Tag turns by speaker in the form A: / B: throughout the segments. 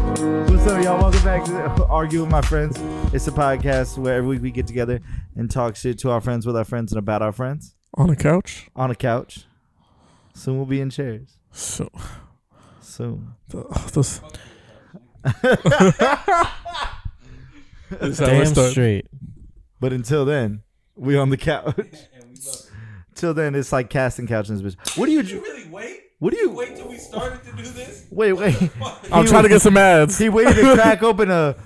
A: What's up, y'all? Welcome back to Argue with My Friends. It's a podcast where every week we get together and talk shit to our friends, with our friends, and about our friends
B: on a couch.
A: on a couch. Soon we'll be in chairs.
B: So
A: Soon.
B: th- this is how I
C: Damn
B: start.
C: straight.
A: But until then, we on the couch. Till then, it's like casting couch in this bitch. What do you?
D: really wait?
A: What do you?
D: Wait till we started to do this?
A: Wait, wait.
B: I'm
A: He
B: trying to
A: was-
B: get some ads.
A: He waited to crack open a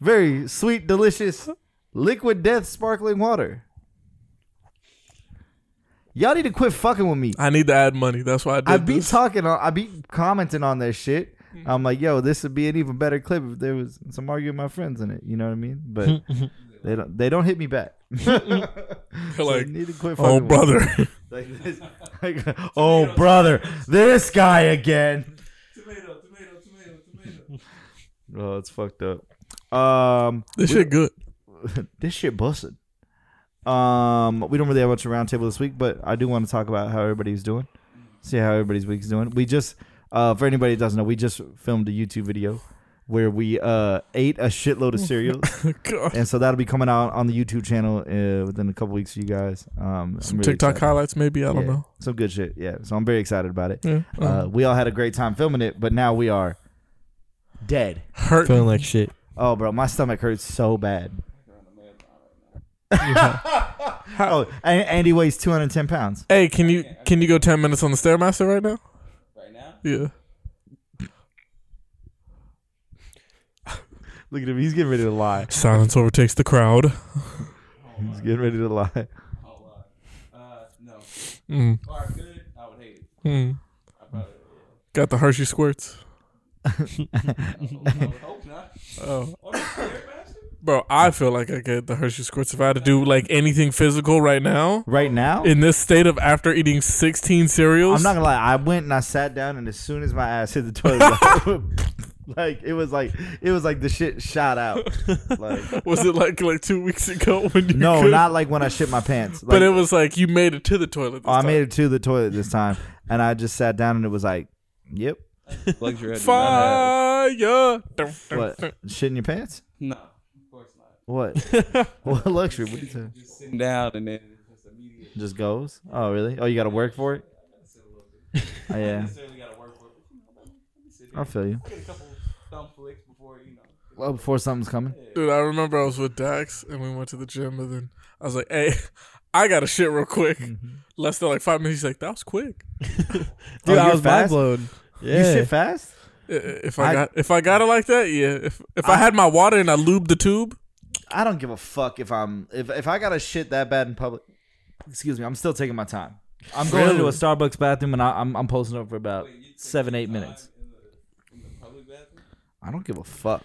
A: very sweet, delicious liquid death sparkling water. Y'all need to quit fucking with me.
B: I need to add money. That's why I did
A: I be
B: this.
A: talking on, I be commenting on that shit.
D: Hmm.
A: I'm like, yo, this would be an even better clip if there was some arguing my friends in it. You know what I mean? But they don't, they don't hit me back.
B: You're
A: So
B: like,
A: you need to quit
B: oh
A: fucking with me."
B: brother,
A: Like this- like, oh brother, this guy again.
D: Tomato, tomato, tomato, tomato.
A: Oh, it's fucked up. Um,
B: this shit good.
A: this shit busted. Um, we don't really have much of a roundtable this week, but I do want to talk about how everybody's doing. See how everybody's week's doing. We just, uh, for anybody that doesn't know, we just filmed a YouTube video where we uh ate a shitload of cereal,
B: God.
A: and so that'll be coming out on the YouTube channel uh, within a couple weeks for you guys. Um, I'm
B: Some
A: really
B: TikTok
A: excited.
B: highlights, maybe. I don't
A: Yeah,
B: know.
A: some good shit. Yeah, so I'm very excited about it.
B: Yeah. uh-huh.
A: Uh, we all had a great time filming it, but now we are dead.
B: Hurt.
C: Feeling like shit.
A: Oh, bro, my stomach hurts so bad.
B: How-
A: Oh, and Andy weighs 210 pounds.
B: Hey, can you can you go ten minutes on the stairmaster right now?
D: Right now?
B: Yeah.
A: Look at him. He's getting ready to lie.
B: Silence overtakes the crowd.
A: He's getting ready to lie.
D: Oh, uh, uh, no.
B: Mm.
D: Bar good, I would hate it.
B: Mm.
D: I probably
B: Got the Hershey squirts.
D: I would, I would hope not.
B: Oh,
D: On the Stairmaster?
B: bro, I feel like I get the Hershey squirts if I had to do like anything physical right now.
A: Right now,
B: in this state of after eating 16 cereals.
A: I'm not gonna lie. I went and I sat down, and as soon as my ass hit the toilet, like, like, it was like it was like the shit shot out. Like
B: was it like like two weeks ago when you?
A: no,
B: could-
A: not like when I shit my pants. Like, oh,
B: but it was like you made it to the toilet. This
A: I
B: time.
A: made it to the toilet this time, and I just sat down, and it was like, yep,
D: Luxury I do not have.
B: Fire!
A: what? Shit in your pants?
D: No, of course not.
A: What? what luxury? What are you saying?
D: Just sitting down and then it's just immediate.
A: Just goes? Oh really? Oh, you gotta work for it? Oh, yeah,
D: Necessarily gotta work for it. but, you know, let me- let me sit
A: I
D: down.
A: feel you.
D: Get a couple thumb flicks before, you know.
A: Well, before something's coming.
B: Dude, I remember I was with Dax and we went to the gym, and then I was like, "Hey, I got to shit real quick."
A: Mm-hmm.
B: Less than like five minutes. He's like, "That was quick."
A: Oh,
C: Dude, I
A: you're
C: was
A: fast?
C: mind blown.
A: You
C: Yeah.
A: shit fast?
B: I- If I,
A: I-
B: got if I got it like that, yeah. If if I, had my water and I lubed the tube,
A: I don't give a fuck if I'm if if I got to shit that bad in public. Excuse me, I'm still taking my time. I'm going
B: Really?
A: into a Starbucks bathroom and I, I'm I'm posting up for about seven eight minutes.
D: In the, in the public bathroom?
A: I don't give a fuck.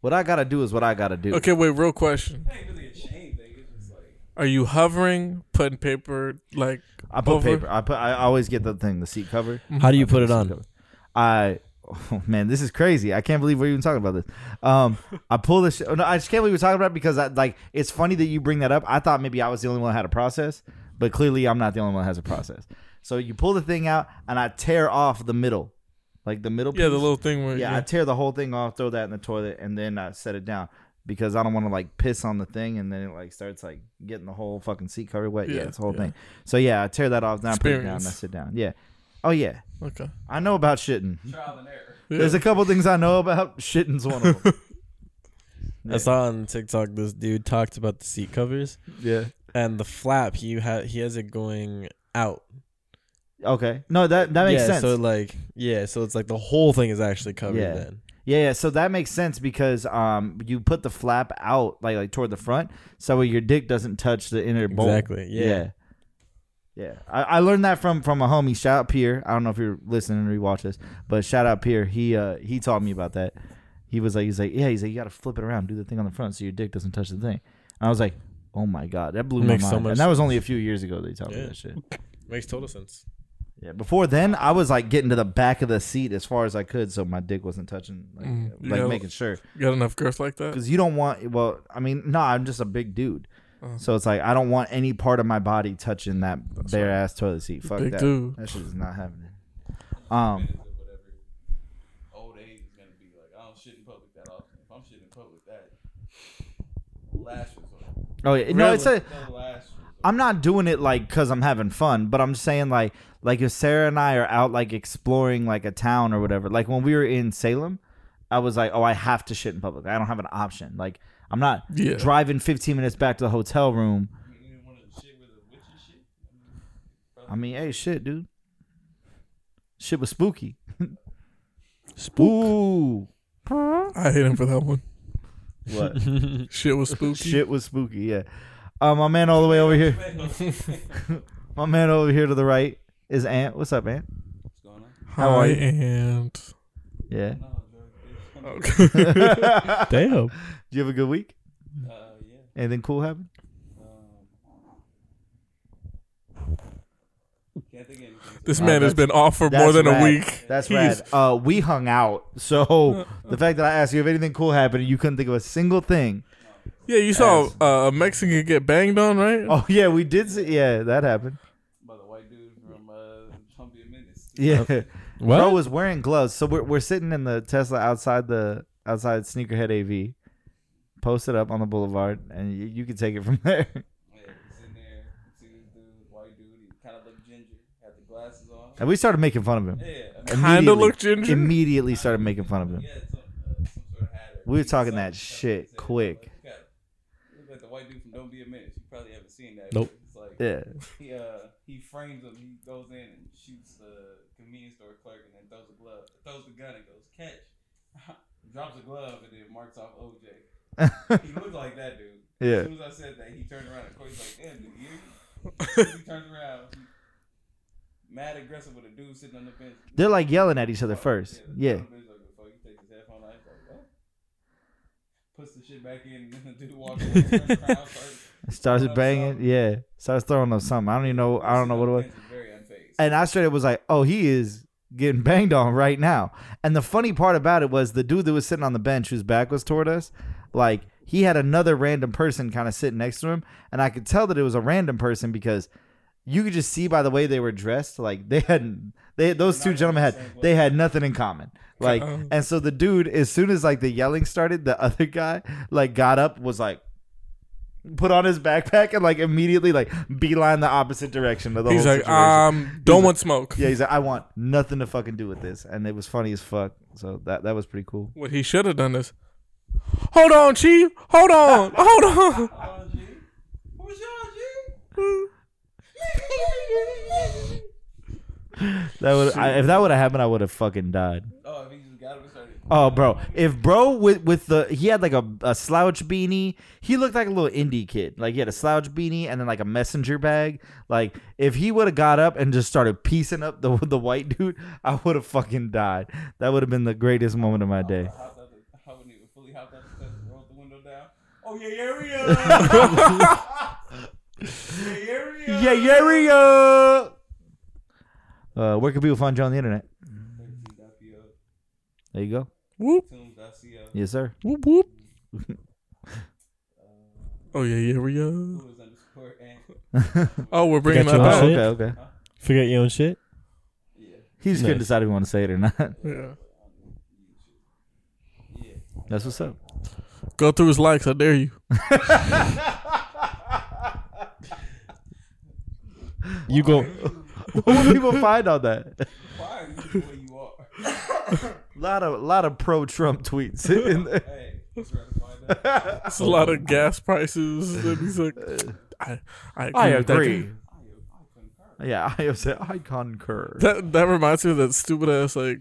A: What I gotta do is what I gotta do.
B: okay. Wait, real question:
D: That ain't really a shame thing. It's just like.
B: Are you hovering, putting paper like
A: I put
B: over?
A: paper. I put. I always get the thing, the seat cover.
C: How do you put it on?
A: I. Oh man, this is crazy. I can't believe we're even talking about this. Um, I pull this. No, I just can't believe we're talking about it because I, like it's funny that you bring that up. I thought maybe I was the only one that had a process, but clearly I'm not the only one that has a process. So you pull the thing out and I tear off the middle, like the middle.
B: Yeah, the
A: piece.
B: little thing where
A: Yeah, I tear the whole thing off, throw that in the toilet, and then I set it down because I don't want to like piss on the thing and then it like starts like getting the whole fucking seat cover wet. Yeah,
B: Yeah,
A: it's the whole
B: yeah.
A: thing. So yeah, I tear that off, then I put it down, and I
B: Experience.
A: sit down. Yeah. Oh yeah,
B: Okay.
A: I know about shitting.
D: trial and error.
B: Yeah.
C: Mm.
A: There's a couple things I know about. Shitting's one of them.
C: I saw on TikTok this dude talked about the seat covers
A: yeah.
C: and the flap. He ha- he has it going out.
A: Okay. No, that that makes
C: yeah,
A: sense.
C: So like, yeah, so it's like the whole thing is actually covered.
A: Yeah.
C: Then
A: Yeah, yeah. So that makes sense because um, you put the flap out like like toward the front, so your dick doesn't touch the inner bowl.
C: Exactly, yeah.
A: Yeah. Yeah. I, I learned that from from a homie. Shout out Pierre. I don't know if you're listening or you watch this, but shout out Pierre. He uh he taught me about that. He was like he's like yeah he's like you gotta flip it around, do the thing on the front so your dick doesn't touch the thing. And I was like, oh my god, that blew
C: Makes
A: my
C: so
A: mind.
C: much
A: and that was only a few years ago they taught me
C: Yeah.
A: that shit.
C: makes total sense.
A: Yeah. Before then, I was like getting to the back of the seat as far as I could, so my dick wasn't touching, like,
B: Mm.
A: like
B: Yeah.
A: making sure
B: You got enough girth like that?
A: because you don't want. Well, I mean, no, I'm just a big dude,
B: Uh-huh.
A: so it's like I don't want any part of my body touching that bare ass toilet seat. Fuck
B: Big
A: that.
B: dude.
A: That shit is not happening. Um,
D: Or whatever. Old age is gonna be like, I don't shit in public that
E: lashes on.
A: Oh yeah, no, it's a.
E: No lashes.
A: I'm not doing it like because I'm having fun, but I'm just saying like like if Sarah and I are out like exploring like a town or whatever. Like when we were in Salem, I was like, oh, I have to shit in public. I don't have an option. Like I'm not
B: Yeah.
A: driving 15 minutes back to the hotel room.
E: You didn't want to shit with a witchy shit.
A: I mean, hey, shit, dude. Shit was spooky.
B: Spook.
A: Ooh,
B: I hate him for that one.
A: what?
B: Shit was spooky.
A: shit was spooky. Yeah. Uh, my man all the way over here. My man over here to the right is Ant. What's up, Ant?
E: What's going on?
A: How are
B: Hi,
A: you?
B: and
A: Yeah.
E: No, bro.
B: okay.
A: Do you
C: Damn.
A: have a good week?
E: Uh, yeah.
A: Anything cool happened?
E: Um, can't think of anything.
B: this
A: Uh,
B: man
A: that's-
B: has been off for
A: that's
B: more than
A: rad.
B: a week.
A: That's
B: He's-
A: rad. Uh, we hung out, so the fact that I asked you if anything cool happened and you couldn't think of a single thing.
B: Yeah, you saw uh, a Mexican get banged on, right?
A: Oh yeah, we did. See, yeah, that happened.
E: By the white dude from uh, Don't Be a Menace.
A: Yeah,
C: What?
A: bro was wearing gloves, so we're we're sitting in the Tesla outside the outside sneakerhead AV, posted up on the boulevard, and you, you can take it from there.
E: Yeah, he's in there. You see this dude, white dude. He kind of looked ginger. Had the glasses on.
A: And we started making fun of him.
E: Yeah. I mean,
B: Kinda
A: Immediately-
B: looked ginger.
A: Immediately started making fun of him.
E: he had some, uh, some sort of hat or-
A: We were
E: he
A: talking
E: something-
A: that shit
E: something.
A: quick.
E: He got- he looked Like the white dude from Don't Be a Menace. You probably haven't seen that.
C: Nope.
E: It's like
A: Yeah,
E: he uh he frames him. He goes in and shoots the convenience store clerk and then throws a glove, throws the gun and goes catch. Drops a glove and then marks off OJ. he looked like that dude.
A: yeah.
E: As soon as I said that, he turned around and Corey's like, damn, dude, you? As soon as he turned around. he- mad aggressive with a dude sitting on the bench.
A: They're like yelling at each other
E: Fuck,
A: first.
E: the
A: Yeah.
E: son of a bitch, like, before he takes his headphone out, he's like, what? Puts the shit back in and then the dude walks away. turns around, starts-
A: Starts
E: Throwing up
A: banging.
E: something.
A: Yeah. Starts throwing up something. I don't even know. I don't know what it was.
E: Bench is Very unfazed.
A: And I straight up was like, oh, he is getting banged on right now. And the funny part about it was the dude that was sitting on the bench whose back was toward us, like he had another random person kind of sitting next to him. And I could tell that it was a random person because you could just see by the way they were dressed, like they hadn't they those two gentlemen had they had nothing in common. Like
B: Uh-oh.
A: and so the dude, as soon as like the yelling started, the other guy like got up, was like put on his backpack and like immediately like beeline the opposite direction of the
B: He's
A: whole
B: like,
A: situation.
B: um, don't want smoke.
A: Yeah, he's like, I want nothing to fucking do with this, and it was funny as fuck. So that that was pretty cool.
B: What he should have done is, hold on, chief, hold on, hold on.
E: Oh, G. Who's your G?
A: That was I, if that would have happened, I would have fucking died.
E: oh, if he just got up and started.
A: Oh, bro, if bro with with the he had like a, a slouch beanie, he looked like a little indie kid. Like he had a slouch beanie and then like a messenger bag. Like if he would have got up and just started piecing up the the white dude, I would have fucking died. That would have been the greatest moment of my day.
E: Hopped out the, I wouldn't even fully hopped out the fence, rolled the window down. Oh, yeah, yeah, we are. yeah, yeah, we are.
A: Yeah, yeah, we go. Uh, where can people find you on the internet?
E: Tunes.co.
A: There you go.
B: Whoop,
A: Yes, sir.
B: whoop, whoop. Oh yeah, yeah, we go.
E: Who is underscore and.
B: Oh, we're bringing that
C: got you
B: back.
C: on
A: okay, okay.
C: Forget your own shit.
E: Yeah.
A: He just couldn't
C: Nice.
A: decide if he want to say it or not.
B: Yeah.
E: Yeah.
A: That's what's up.
B: Go through his likes, I dare you.
C: You go.
A: what would people find on that?
E: Why are you the way you are?
A: A lot of lot of pro Trump tweets in there.
E: Hey, let's try to find out.
B: It's a lot of gas prices. And he's like, I, I, agree
A: I
B: with that
A: agree.
B: dude.
E: I, I concur.
A: Yeah, I have said I concur.
B: That that reminds me of that stupid ass like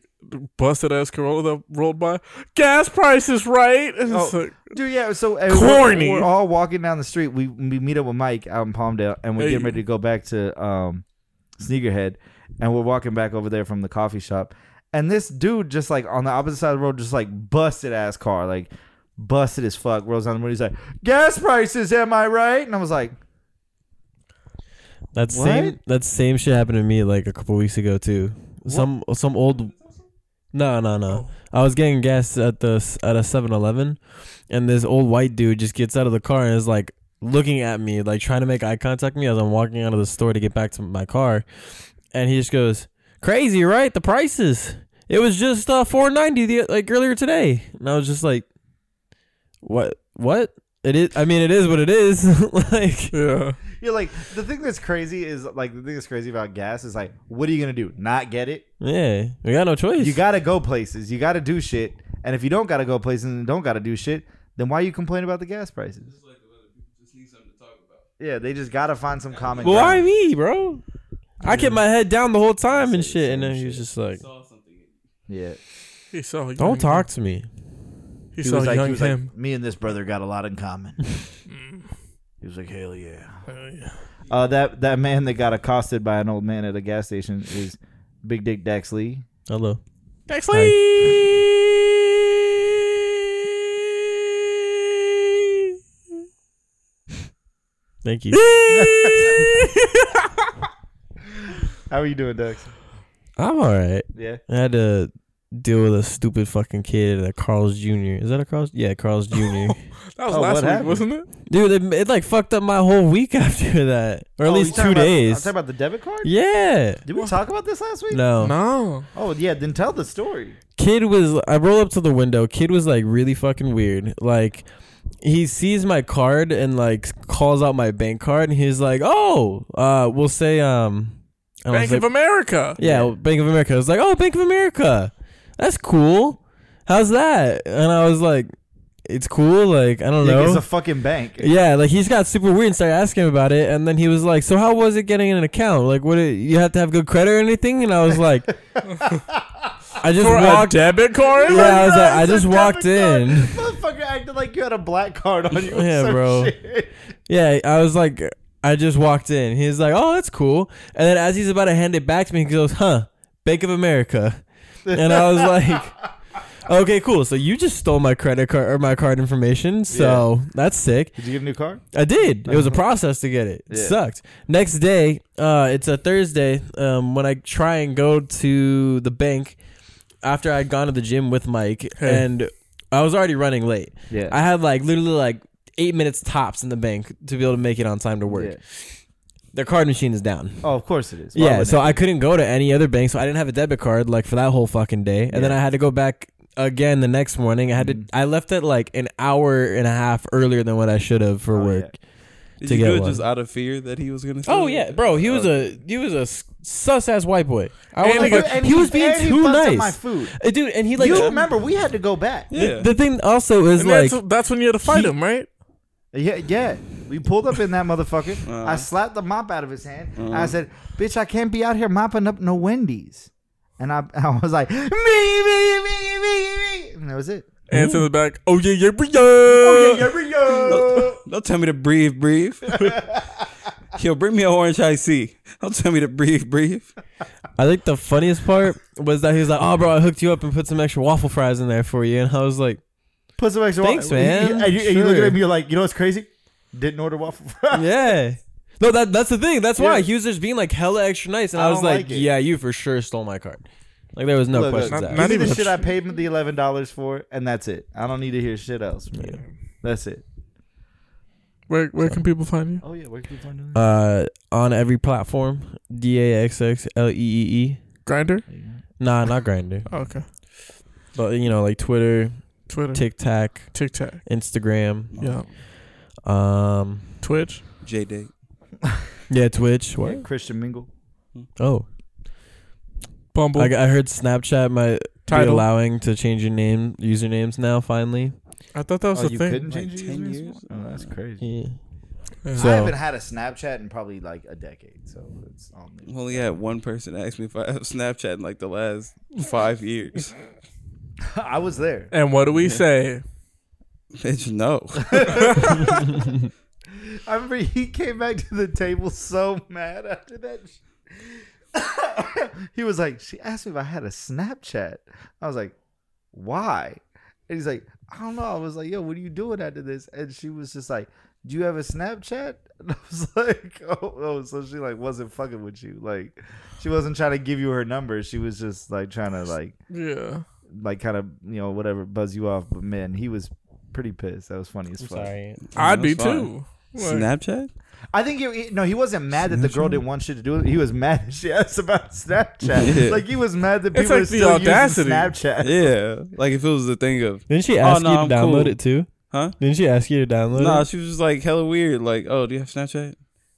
B: busted ass Corolla that rolled by. Gas prices, right? And it's
A: Oh,
B: like,
A: Dude, yeah. So uh,
B: Corny.
A: We're, we're all walking down the street. We we meet up with Mike out in Palmdale, and we're
B: Hey.
A: getting ready to go back to um, Sneakerhead, and we're walking back over there from the coffee shop, and this dude just like on the opposite side of the road, just like busted ass car, like busted as fuck. Rolls down the road. He's like, "Gas prices, am I right?" And I was like,
C: That same that same shit happened to me like a couple weeks ago too. Some some old. No no no. I was getting gas at the s- at a 7-Eleven, and this old white dude just gets out of the car and is like looking at me, like trying to make eye contact with me as I'm walking out of the store to get back to my car, and he just goes crazy, right? The prices. It was just uh, four ninety the like earlier today, and I was just like, what what? It is. I mean, it is what it is. like,
B: Yeah.
A: You're like the thing that's crazy is like the thing that's crazy about gas is like, what are you gonna do? Not get it?
C: yeah, we got no choice.
A: You gotta go places. You gotta do shit. And if you don't gotta go places and don't gotta do shit, then why you complain about the gas prices?
D: Just like the other people just need something to talk about.
A: Yeah, they just gotta find some common.
C: Well, why
A: ground.
C: me, bro? I kept my head down the whole time and
A: Same-
C: shit, and
A: same
C: then he was just like,
D: Saw something. in you.
A: Yeah,
B: He saw. a young-
C: "Don't talk to me."
B: He,
A: he
B: saw
A: was
B: a
A: like,
B: young
A: he was
B: him.
A: like, me and this brother got a lot in common. he was like, hell yeah.
B: Oh, yeah.
A: Uh, that that man that got accosted by an old man at a gas station is Big Dick Dax Lee.
C: Hello.
B: Next
C: Hi.
B: lead.
C: Thank you.
A: How are you doing, Dax?
C: I'm all right.
A: Yeah.
C: I had to deal with a stupid fucking kid at Carl's Jr. Is that a Carl's? Yeah, Carl's Jr.
B: That was
A: Oh, what
B: last week,
A: happened?
B: wasn't it?
C: Dude, it, it like fucked up my whole week after that, or at least two
A: I'm
C: days.
A: Oh, talking about the debit card.
C: yeah.
A: Did we talk about this last week?
C: No.
B: No.
A: Oh yeah, then tell the story.
C: Kid was. I roll up to the window. Kid was like really fucking weird. Like. He sees my card and like calls out my bank card and he's like, "Oh, uh, we'll say um, I don't know,
B: Bank
C: say-
B: of America.
C: Yeah, well, Bank of America. I was like, oh, Bank of America. That's cool. How's that? And I was like, it's cool. Like, I don't
A: It's
C: know.
A: a fucking bank.
C: yeah, like he's got super weird and started asking him about it. And then he was like, so how was it getting an account? Like, what, you have to have good credit or anything? And I was like, I just
B: For a
C: walked.
B: debit card?
C: Yeah, I was like, I
A: It's a
C: just
A: debit
C: walked
A: card.
C: in.
A: Motherfucker acted like you had a black card on you. or
C: Yeah,
A: some
C: bro.
A: shit.
C: Yeah, I was like, I just walked in. He's like, oh, that's cool. And then as he's about to hand it back to me, he goes, huh, Bank of America. And I was like, okay, cool. So you just stole my credit card or my card information. So that's sick.
A: Did you get a new card?
C: I did. It was a process to get it. It
A: Yeah.
C: sucked. Next day, uh, it's a Thursday. Um, when I try and go to the bank after I'd gone to the gym with Mike,
B: Hey.
C: and I was already running late.
A: Yeah.
C: I had like literally like eight minutes tops in the bank to be able to make it on time to work.
A: Yeah.
C: Their card machine is down.
A: Oh, of course it is. Why
C: yeah,
A: wouldn't
C: so
A: it?
C: I couldn't go to any other bank, so I didn't have a debit card like for that whole fucking day, and then
A: Yeah.
C: I had to go back again the next morning. I had
A: Mhm.
C: to I left at like an hour and a half earlier than what I should have for
A: Oh, yeah.
C: work.
E: Did
C: to
E: you
C: get
E: do it
C: one.
E: just out of fear that he was gonna? steal
C: Oh
E: it?
C: yeah, bro, he was a he was a sus ass white boy. I
B: And
C: was
B: he
C: like,
B: got-
C: he was being
A: and he
C: too
A: fucked up
C: nice,
A: my food.
C: Uh, dude. And he like
A: you remember we had to go back.
C: the,
E: Yeah.
C: the thing also is
B: And
C: like
B: that's, that's when you had to fight
C: he-
B: him, right?
A: Yeah, yeah. We pulled up in that motherfucker.
E: Uh-huh.
A: I slapped the mop out of his hand. I said, "Bitch, I can't be out here mopping up no Wendy's." And I, I was like, "Me, me, me, me, me," and that was it.
B: And it's in the back. Oh yeah, yeah, yeah.
A: we go.
E: Don't tell me to breathe, breathe. Yo, bring me an orange high C. Don't tell me to breathe, breathe.
C: I think the funniest part was that he was like, "Oh, bro, I hooked you up and put some extra waffle fries in there for you," and I was like,
A: Put some extra.
C: Thanks,
A: waffle-
C: man.
A: And you, and you look
C: Sure.
A: at me, you're like, you know what's crazy? Didn't order waffle fries.
C: "Yeah." No, that that's the thing. That's why
A: Yeah.
C: he was just being like hella extra nice, and
A: I
C: I, was
A: don't
C: like,
A: like it.
C: "Yeah, you for sure stole my card." Like there was no
A: Look, look,
C: questions
B: not-
C: asked.
B: not-
A: Give me
B: even
A: the
B: a
A: shit
B: tr-
A: I paid him the eleven dollars for, and that's it. I don't need to hear shit else from you. That's it.
B: Where where can people find you?
A: Oh yeah, where can you find him?
C: uh, on every platform, D A X X L E E E.
B: Grinder.
C: Nah, not Grinder,
B: Oh, okay.
C: but you know, like Twitter,
B: Twitter.
C: TikTok,
B: Tic Tac.
C: Instagram,
B: Yeah.
C: um,
B: Twitch.
E: J Day.
C: yeah, Twitch. What?
A: Yeah, Christian Mingle.
C: Oh,
B: Bumble.
C: I, I heard Snapchat might be
B: Tidal.
C: allowing to change your name, usernames now. Finally,
B: I thought that was
A: oh,
B: a
A: you
B: thing.
A: couldn't
E: Like
A: change your
E: 10
A: username?
E: years?
A: Oh, that's crazy.
C: yeah.
B: Yeah.
C: So-
A: I haven't had a Snapchat in probably like a decade, so it's all new.
E: I've only had one person ask me if I have Snapchat in like the last five years.
A: I was there.
B: And what do we say?
E: Bitch, no.
A: I remember he came back to the table so mad after that. sh- he was like, "She asked me if I had a Snapchat." I was like, "Why?" And he's like, "I don't know." I was like, "Yo, what are you doing after this?" And she was just like, "Do you have a Snapchat?" And I was like, "Oh, oh." so she like wasn't fucking with you. Like, she wasn't trying to give you her number. She was just like trying to like
B: Yeah.
A: like kind of you know whatever buzz you off. But man, he was pretty pissed. That was funny as fuck.
B: I'd be
E: That's fine.
B: too. Like,
E: Snapchat?
A: I think he, he- no, he wasn't mad that the girl didn't want shit to do it. He was mad that she asked about Snapchat.
E: Yeah.
A: Like he was mad that
B: It's
A: people
B: like
A: are
B: the
A: still
B: audacity.
A: using Snapchat.
E: Yeah. Like if it was the thing of,
C: Didn't she
E: Oh,
C: ask
E: no,
C: you
E: I'm
C: to download
E: cool.
C: it too?
E: Huh?
C: Didn't she ask you to download
E: No,
C: it?
E: she was just like hella weird. Like, oh, do you have Snapchat?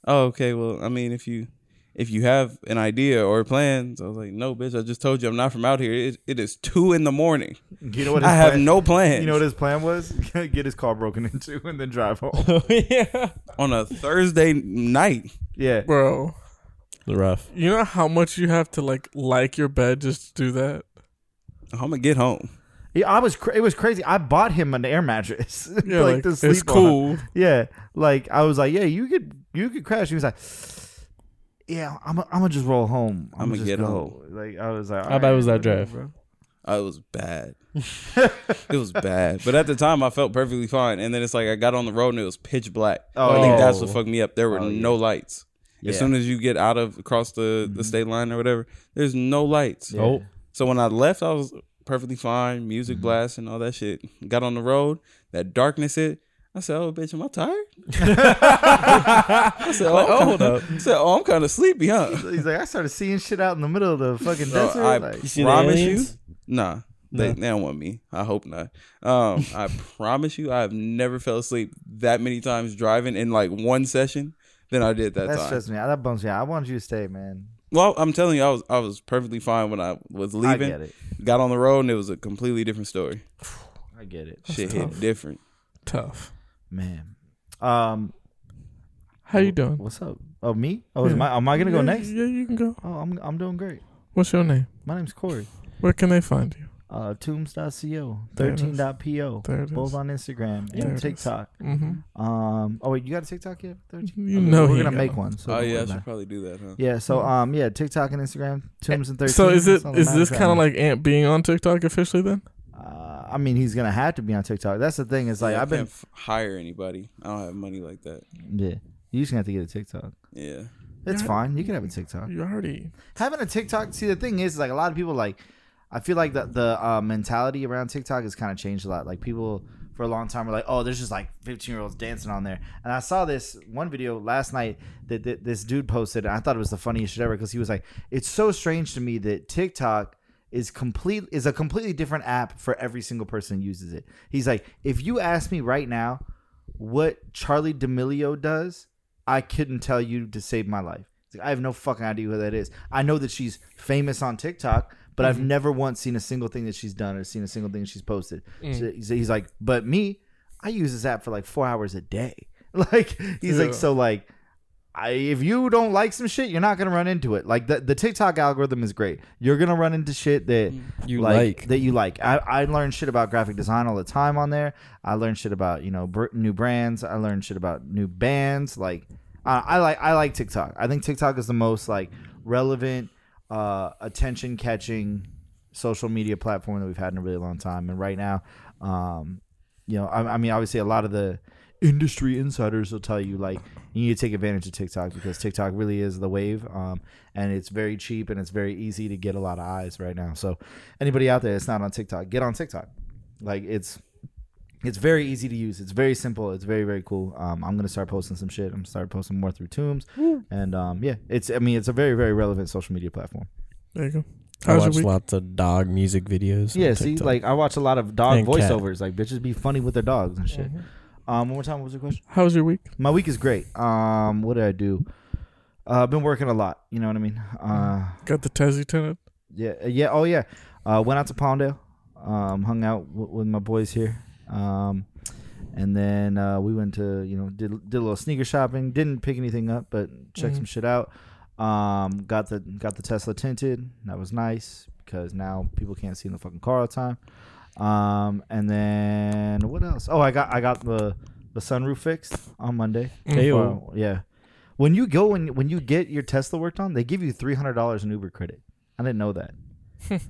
E: Oh, okay. Well, I mean, if you if you have an idea or plans, I was like, no, bitch. I just told you I'm not from out here. It, it is two in the morning.
A: You know what?
E: I
A: his
E: have
A: plan-
E: no plans.
A: You know what his plan was? Get his car broken into and then drive home.
C: Oh, yeah.
E: on a Thursday night.
A: Yeah.
B: bro.
C: Rough.
B: You know how much you have to like like your bed just to do that.
E: I'm gonna get home.
A: Yeah, I was. Cra- it was crazy. I bought him an air mattress.
B: Yeah, like,
A: to
B: it's
A: sleep on.
B: cool.
A: Yeah, like I was like, yeah, you could, you could crash. He was like, yeah, I'm, I'm gonna just roll home.
E: I'ma
A: just
E: get
A: go."
E: home.
A: Like I was like,
C: How bad was that drive?
B: Bro.
E: Oh, it was bad. it was bad. But at the time, I felt perfectly fine. And then it's like I got on the road and it was pitch black. I think that's what
A: Oh.
E: fucked me up. There were
A: Oh, yeah.
E: no lights. As
A: Yeah. Mm-hmm.
E: soon as you get out of across the, the state line or whatever, there's no lights.
A: Yeah. Mm-hmm.
C: Oh.
E: So when I left, I was perfectly fine, music blast and all that shit. Got on the road, that darkness hit. I said, "Oh, bitch, am I tired?" I said, "Oh, I'm
C: hold
E: kinda-
C: up.
E: I said, "Oh, I'm kind of sleepy, huh?"
A: He's like, I started seeing shit out in the middle of the fucking
E: Bro,
A: desert.
E: I
A: like,
C: see the
E: promise you,
C: aliens?
E: nah, they,
C: No.
E: they don't want me. I hope not. Um, I promise you, I've never fell asleep that many times driving in like one session than I did that
A: that
E: time.
A: stresses me out. That bums me out. I wanted you to stay, man.
E: well, I'm telling you, I was I was perfectly fine when I was
A: I
E: leaving.
A: get it.
E: Got on the road and it was a completely different story.
A: I get it,
E: Shit
B: tough.
E: hit different.
B: Tough.
A: man. Um,
B: How you doing?
A: what's up? Oh, me? Oh, is
B: Yeah.
A: my, am I gonna go
B: Yeah,
A: next?
B: Yeah, you can go.
A: Oh, I'm, I'm doing great.
B: What's your name?
A: My name's Corey.
B: Where can they find you?
A: Uh, tombs.co,
B: There it is.
A: 13.po,
B: There it
A: both
B: is.
A: on Instagram
B: There it
A: and
B: is.
A: TikTok.
B: Mm-hmm.
A: Um. Oh wait, you got a TikTok yet? 13?
B: You
A: Okay,
B: know
A: we're
B: Mm, he
A: gonna
B: got
A: make
B: one.
A: one. So
E: oh
A: don't
E: yeah, I
A: worry
E: should
A: about it.
E: probably do that, huh?
A: Yeah. So um. Yeah. TikTok and Instagram. Tombs and thirteen.
B: So is it
A: that's all that
B: is
A: matters
B: this kind of
A: right
B: like Ant being on TikTok officially then?
A: now. Uh, I mean, he's gonna have to be on TikTok. That's the thing. It's like
E: Yeah, I
A: I've been.
E: can't f- hire anybody. I don't have money like that.
A: Yeah. You just gonna have to get a TikTok.
E: Yeah,
A: It's
B: Yeah. Mm.
A: fine. You can have a TikTok.
B: You already
A: Having a TikTok. See, the thing is, like a lot of people like. I feel like the the uh, mentality around TikTok has kind of changed a lot. Like people for a long time were like, "Oh, there's just like 15 year olds dancing on there." And I saw this one video last night that, that this dude posted, and I thought it was the funniest shit ever because he was like, "It's so strange to me that TikTok." Is complete is a completely different app for every single person who uses it. He's like, if you ask me right now what Charlie D'Amelio does, I couldn't tell you to save my life. It's like, I have no fucking idea who that is. I know that she's famous on TikTok, but I've never once seen a single thing that she's done or seen a single thing she's posted. So he's- he's like, but me, I use this app for like four hours a day. Like he's
B: Yeah.
A: like, so like, I, if you don't like some shit, you're not gonna run into it. Like the the TikTok algorithm is great. You're gonna run into shit that
C: Mm. You like.
A: that you like. I, I learn shit about graphic design all the time on there. I learn shit about you know br- new brands. I learn shit about new bands. Like I, I like I like TikTok. I think TikTok is the most like relevant, uh, attention catching social media platform that we've had in a really long time. And right now, um, you know, I, I mean, obviously, a lot of the industry insiders will tell you like you need to take advantage of TikTok because TikTok really is the wave, um, and it's very cheap and it's very easy to get a lot of eyes right now. So, anybody out there that's not on TikTok, get on TikTok. Like it's it's very easy to use. It's very simple. It's very very cool. Um, I'm gonna start posting some shit. I'm gonna start posting more through Tombs, and um, yeah, it's I mean it's a very very relevant social media platform.
B: there you go.
C: I
B: How's your
C: watched
B: week?
C: lots of dog music videos. on
A: Yeah, see,
C: TikTok.
A: like I watch a lot of dog
C: And cat.
A: voiceovers. Like bitches be funny with their dogs and shit. Um, one more time, what was the question?
B: Mm-hmm. How's your week?
A: my week is great. Um, what did I do? Uh, I've been working a lot. You know what I mean? Uh,
B: Got the Tassie tenant.
A: yeah, yeah. Oh yeah. Uh, went out to Palmdale. Um, hung out w- with my boys here. Um, and then uh, we went to you know did did a little sneaker shopping. Didn't pick anything up, but checked some shit out. Um, got the got the Tesla tinted. That was nice because now people can't see in the fucking car all the time. Um, and then what else? Oh, I got I got the the sunroof fixed on Monday.
B: Mm.
C: Ayo.
A: Wow, yeah. When you go and when you get your Tesla worked on, they give you three hundred dollars in Uber credit. I didn't know that.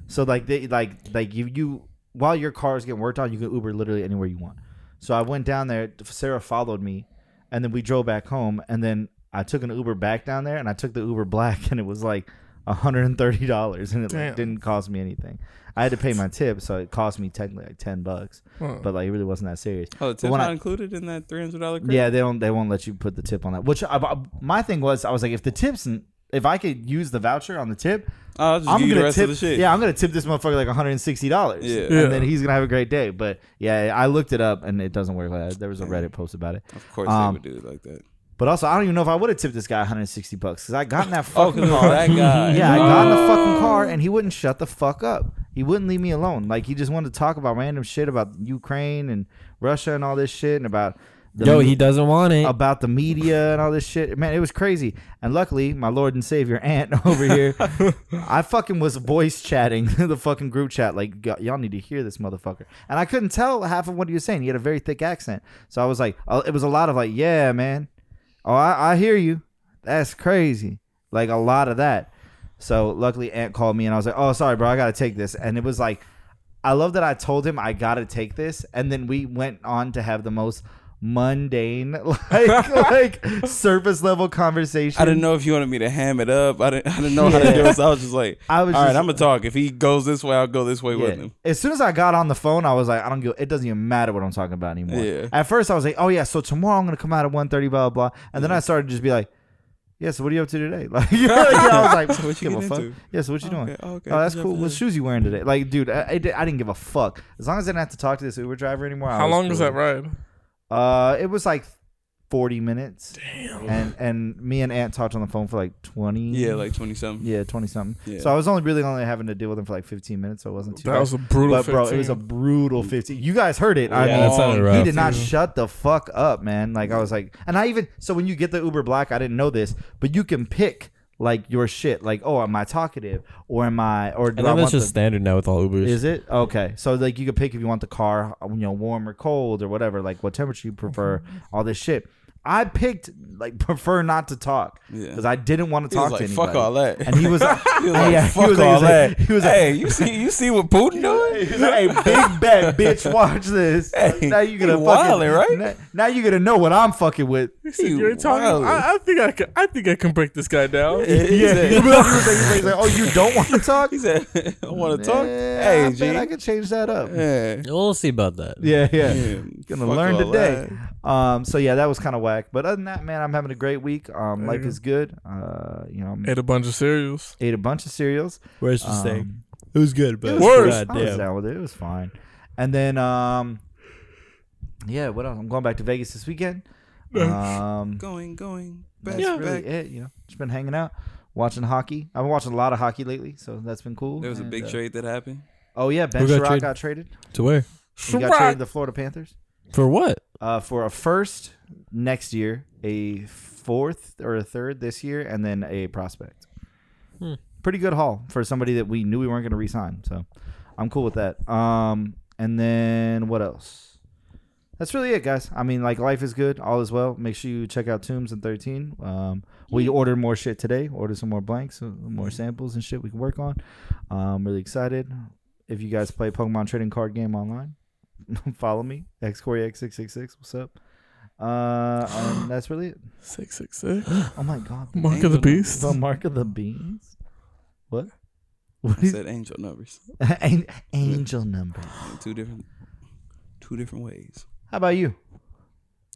A: so like they like like you you while your car is getting worked on, you can Uber literally anywhere you want. So I went down there. Sarah followed me, and then we drove back home. And then I took an Uber back down there, and I took the Uber black, and it was like hundred and thirty dollars, and it
B: Damn.
A: like, didn't cost me anything. I had to pay my tip, so it cost me technically like ten bucks,
B: Huh.
A: but like it really wasn't that serious.
E: Oh, the tip's
A: when
E: not
A: I-
E: included in that three hundred dollar.
A: Yeah, they don't. They won't let you put the tip on that. Which I, I- my thing was, I was like, if the tips n- if I could use the voucher on the tip,
E: Oh, I'll just
A: I'm
E: give you the
A: gonna
E: rest
A: tip.
E: of the shit.
A: Yeah, I'm gonna tip this motherfucker like 160 dollars.
E: Yeah.
A: and
B: Yeah.
A: then he's gonna have a great day. But yeah, I looked it up and it doesn't work like that. There was a Reddit post about it.
E: Of course
A: Um,
E: they would do it like that.
A: But also, I don't even know if I would have tipped this guy 160 bucks because I got in that
E: Oh,
A: fucking
E: cause
A: car.
E: that guy.
A: Yeah, I got in the fucking car and he wouldn't shut the fuck up. He wouldn't leave me alone. Like he just wanted to talk about random shit about Ukraine and Russia and all this shit and about the
C: Yo,
A: me-
C: he doesn't want it.
A: about the media and all this shit. Man, it was crazy. And luckily, my lord and savior aunt over here, I fucking was voice chatting the fucking group chat. Like "Y- y'all need to hear this motherfucker. And I couldn't tell half of what he was saying. He had a very thick accent, so I was like, oh, it was a lot of like, yeah, man. Oh, I, I hear you. That's crazy. Like a lot of that. So luckily, aunt called me and I was like, oh, sorry, bro, I gotta take this. And it was like. I love that I told him I gotta take this, and then we went on to have the most mundane, like like surface level conversation.
E: I didn't know if you wanted me to ham it up. I didn't. I didn't know how to do
A: Yeah.
E: it. So I was just like,
A: I
E: I
A: was
E: was all
A: just-
E: I'm gonna talk. If he goes this way, I'll go this way with
A: Yeah.
E: him.
A: As soon as I got on the phone, I was like, I don't give. It doesn't even matter what I'm talking about anymore.
E: Yeah.
A: At first, I was like, Oh yeah, so tomorrow I'm gonna come out at 1:30, blah blah. blah. And then I started to just be like, Yeah, so what are you up to today? Like, I was like,
E: What you
A: give a
E: getting
A: fuck.
E: into?
A: Yeah, so what you doing?
E: Okay, okay.
A: Oh, that's
E: Yeah,
A: cool. What shoes you wearing today? Like, dude, I, I, did- I didn't give a fuck. As long as I didn't have to talk to this Uber driver anymore. I
B: How long
A: cool.
B: was that ride?
A: Uh, it was like forty minutes. Damn. And and me and Aunt talked on the phone for like twenty.
E: Yeah, like twenty something.
A: yeah, twenty something.
E: Yeah.
A: So I was only really only having to deal with him for like fifteen minutes, so it wasn't too.
B: That
A: bad.
B: was a brutal.
A: but bro, it was a
B: 15.
A: brutal
E: Mm.
A: fifteen. You guys heard it. I
C: yeah,
A: mean,
C: that sounded
A: he
C: rough.
A: did not shut the fuck up, man. Like I was like, and I even so when you get the Uber Black, I didn't know this, but you can pick like your shit. Like, oh, am I talkative or am I or do
C: and
A: I
C: then
A: want
C: that's
A: the-
C: just standard now with all Ubers.
A: is it okay? So like you could pick if you want the car, you know, warm or cold or whatever, like what temperature you prefer, all this shit. I picked like prefer not to talk
E: Yeah.
A: because I didn't want to
E: He was
A: talk to
E: like,
A: anybody.
E: fuck all that.
A: And he was like,
E: He was like,
A: yeah, he
E: fuck
A: was like- he
E: all
A: was like-
E: that.
A: he was like-
E: hey, you see, you see what Putin doing?
A: hey, big bet, bitch, watch this.
E: Hey,
A: now you gonna
E: he
A: fucking,
E: wildin', right?
A: Now, now you gonna know what I'm fucking with.
B: He said,
E: You
B: "You ain't talking.
E: wildin'.
B: I, I think I can. I think I can break this guy down."
E: He
A: He's
E: said,
A: like, he's like, oh, you don't want to talk?
E: he said I want to talk.
A: Yeah, I
E: Hey, G.
A: bet I could change that up.
E: Yeah.
C: We'll see about that.
A: Yeah, yeah. Gonna
E: Fuck
A: learn
E: all
A: today.
E: that.
A: Um, so yeah, that was kind of whack. But other than that, man, I'm having a great week. Um,
B: There
A: life
B: you
E: Mm-hmm.
B: go.
A: is good. Uh, you know, i
B: Ate a bunch of cereals.
A: ate a bunch of cereals.
C: Where's
A: Um,
C: It was good,
A: it
C: but
A: was
B: Worse.
A: fine. I was down with it. It was fine. And then, um, yeah, what else? I'm going back to Vegas this weekend. Um,
E: Going, going, back,
A: that's really
E: back.
A: it. You know, just been hanging out, watching hockey. I've been watching a lot of hockey lately, so that's been cool.
E: There was a
A: And,
E: big
A: uh,
E: trade that happened.
A: Oh yeah, Ben
C: Who got
A: Sherratt
C: traded?
A: got traded.
C: To where?
A: He got traded to the Florida Panthers.
C: For what?
A: uh, for a first next year, a fourth or a third this year, and then a prospect.
C: Hmm.
A: Pretty good haul for somebody that we knew we weren't going to re-sign. So I'm cool with that. Um, and then what else? That's really it, guys. I mean, like life is good, all is well. Make sure you check out Tombs and Thirteen. Um, we ordered more shit today. Ordered some more blanks, uh, more samples and shit we can work on. I'm really excited. If you guys play Pokemon Trading Card Game online, follow me xcorey x666 what's up uh and that's really it
B: Six six six.
A: oh my god
B: Mark of the beast.
A: the mark of the beans what what
E: I
A: is
E: said angel numbers.
A: An- angel number
E: Two different, two different ways.
A: how about you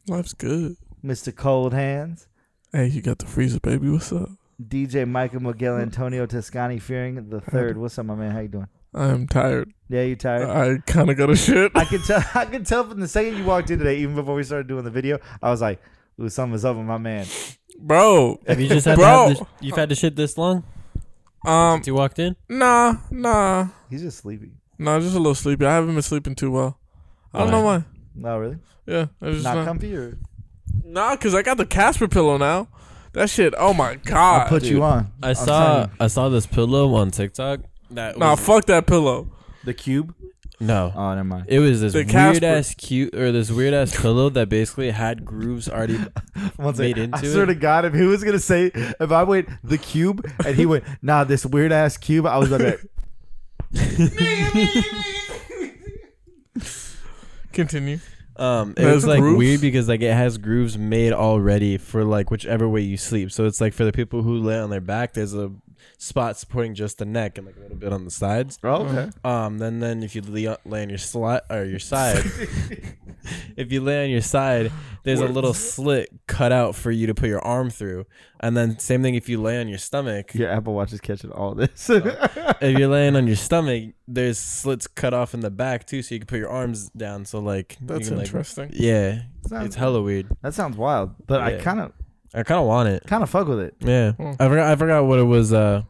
B: Life's good.
A: mr cold hands
B: Hey, you got the freezer, baby. What's up?
A: dj michael miguel antonio toscani fearing the third what's up my man how you doing
B: I'm tired.
A: yeah you tired
B: I kind of got a shit.
A: I could tell. I could tell from the second you walked in today, even before we started doing the video, I was like, "Ooh, something's up with my man."
B: Bro,
C: Have you just had to
B: Bro.
C: have this, you've had to shit this long
B: um,
C: since you walked in?
B: nah, nah,
A: He's just sleepy.
B: nah. Just a little sleepy. I haven't been sleeping too well. I don't know why.
A: No, Oh, really,
B: Yeah, I was just
A: not
B: not,
A: comfy. Or
B: nah, cause I got the Casper pillow now. That shit. Oh my god.
A: I put you on.
C: I
A: I'm
C: saw
A: telling
C: I saw this pillow on TikTok. That
B: Nah,
C: was,
B: fuck that pillow.
A: you. the cube.
C: no.
A: Oh, never mind.
C: It was this
B: The
C: weird
B: Casper-
C: ass cute or this weird ass pillow that basically had grooves already.
A: Once
C: made
A: I,
C: into
A: I swear
C: it.
A: to God, if he was gonna say, if I went the cube and he went, nah, this weird ass cube, I was like,
B: Continue.
C: Um, it
B: Has
C: was like
B: grooves?
C: weird because like it has grooves made already for like whichever way you sleep. So it's like for the people who lay on their back, there's a spot supporting just the neck and like a little bit on the sides.
A: oh, okay.
C: Um, then then if you lay on, lay on your slot or your side, if you lay on your side, there's a
B: Where-
C: little slit cut out for you to put your arm through. And then same thing if you lay on your stomach.
A: Your Apple Watch is catching all this.
C: Oh. If you're laying on your stomach, there's slits cut off in the back too, so you can put your arms down. So like you
B: That's
C: can, like-
B: interesting.
C: yeah,
A: Sounds-
C: it's hella weird.
A: that sounds wild, but I
C: Yeah.
A: kind of
C: I kind of want it.
A: kind of fuck with it.
C: Yeah,
B: Hmm.
C: I forgot. I forgot what it was uh,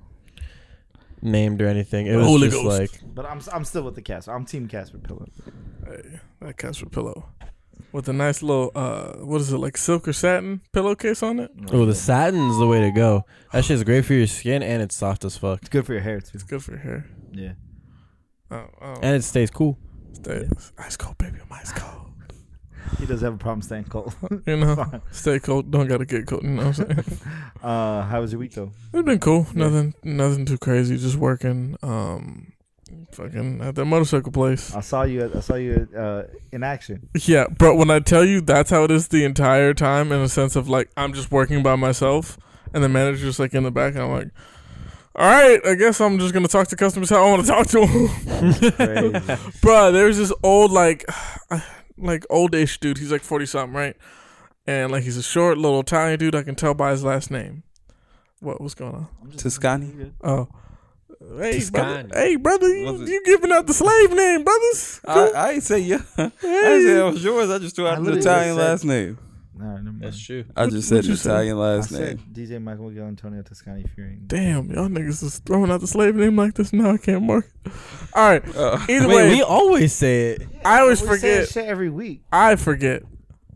C: named or anything. It was
B: Holy
C: just
B: Ghost.
C: like
A: But I'm I'm still with the Casper. I'm Team Casper Pillow.
B: Hey, that Casper pillow with a nice little uh, what is it like silk or satin pillowcase on it?
C: oh, the satin's the way to go. That shit's great for your skin and it's soft as fuck
A: It's good for your hair too.
B: It's good for your hair.
A: Yeah.
B: Oh, oh,
C: and it stays cool.
B: stay ice cold, baby. I'm ice cold.
A: He does have a problem staying cold.
B: You know, stay cold. Don't gotta get cold. You know what I'm saying?
A: Uh, how was your week though?
B: It's been cool. Nothing, nothing too crazy. Just working. Um, fucking at that motorcycle place.
A: I saw you. At, I saw you at, uh, in action.
B: Yeah, bro. When I tell you that's how it is the entire time, in a sense of like I'm just working by myself, and the manager's like in the back, and I'm like, all right, I guess I'm just gonna talk to customers how I want to talk to them.
A: Crazy.
B: Bruh, there was this old like like oldish dude. He's like forty something, right? And like he's a short little Italian dude. I can tell by his last name. What was going on?
A: I'm just-
E: Toscani.
B: Oh, hey brother,
C: Toscani.
B: hey brother, you,
E: Was it- Uh,
B: you giving out the slave name, brothers?
E: I, I ain't say yeah. I didn't say that was yours. I just threw
A: I
E: out an
A: literally
E: Italian
A: just said-
E: last name.
A: All right, never mind.
C: true.
E: I
B: What-
E: just said
B: what'd you
E: an
B: say?
E: Italian
A: I
E: last
A: said
E: name.
A: DJ Michael Miguel Antonio Toscani Fury.
B: Damn, y'all niggas is throwing out the slave name like this. Now I can't mark. it. All right.
E: Uh,
B: Either way,
C: we always say it.
B: I always
A: We say that
B: forget.
A: shit every week.
B: I forget.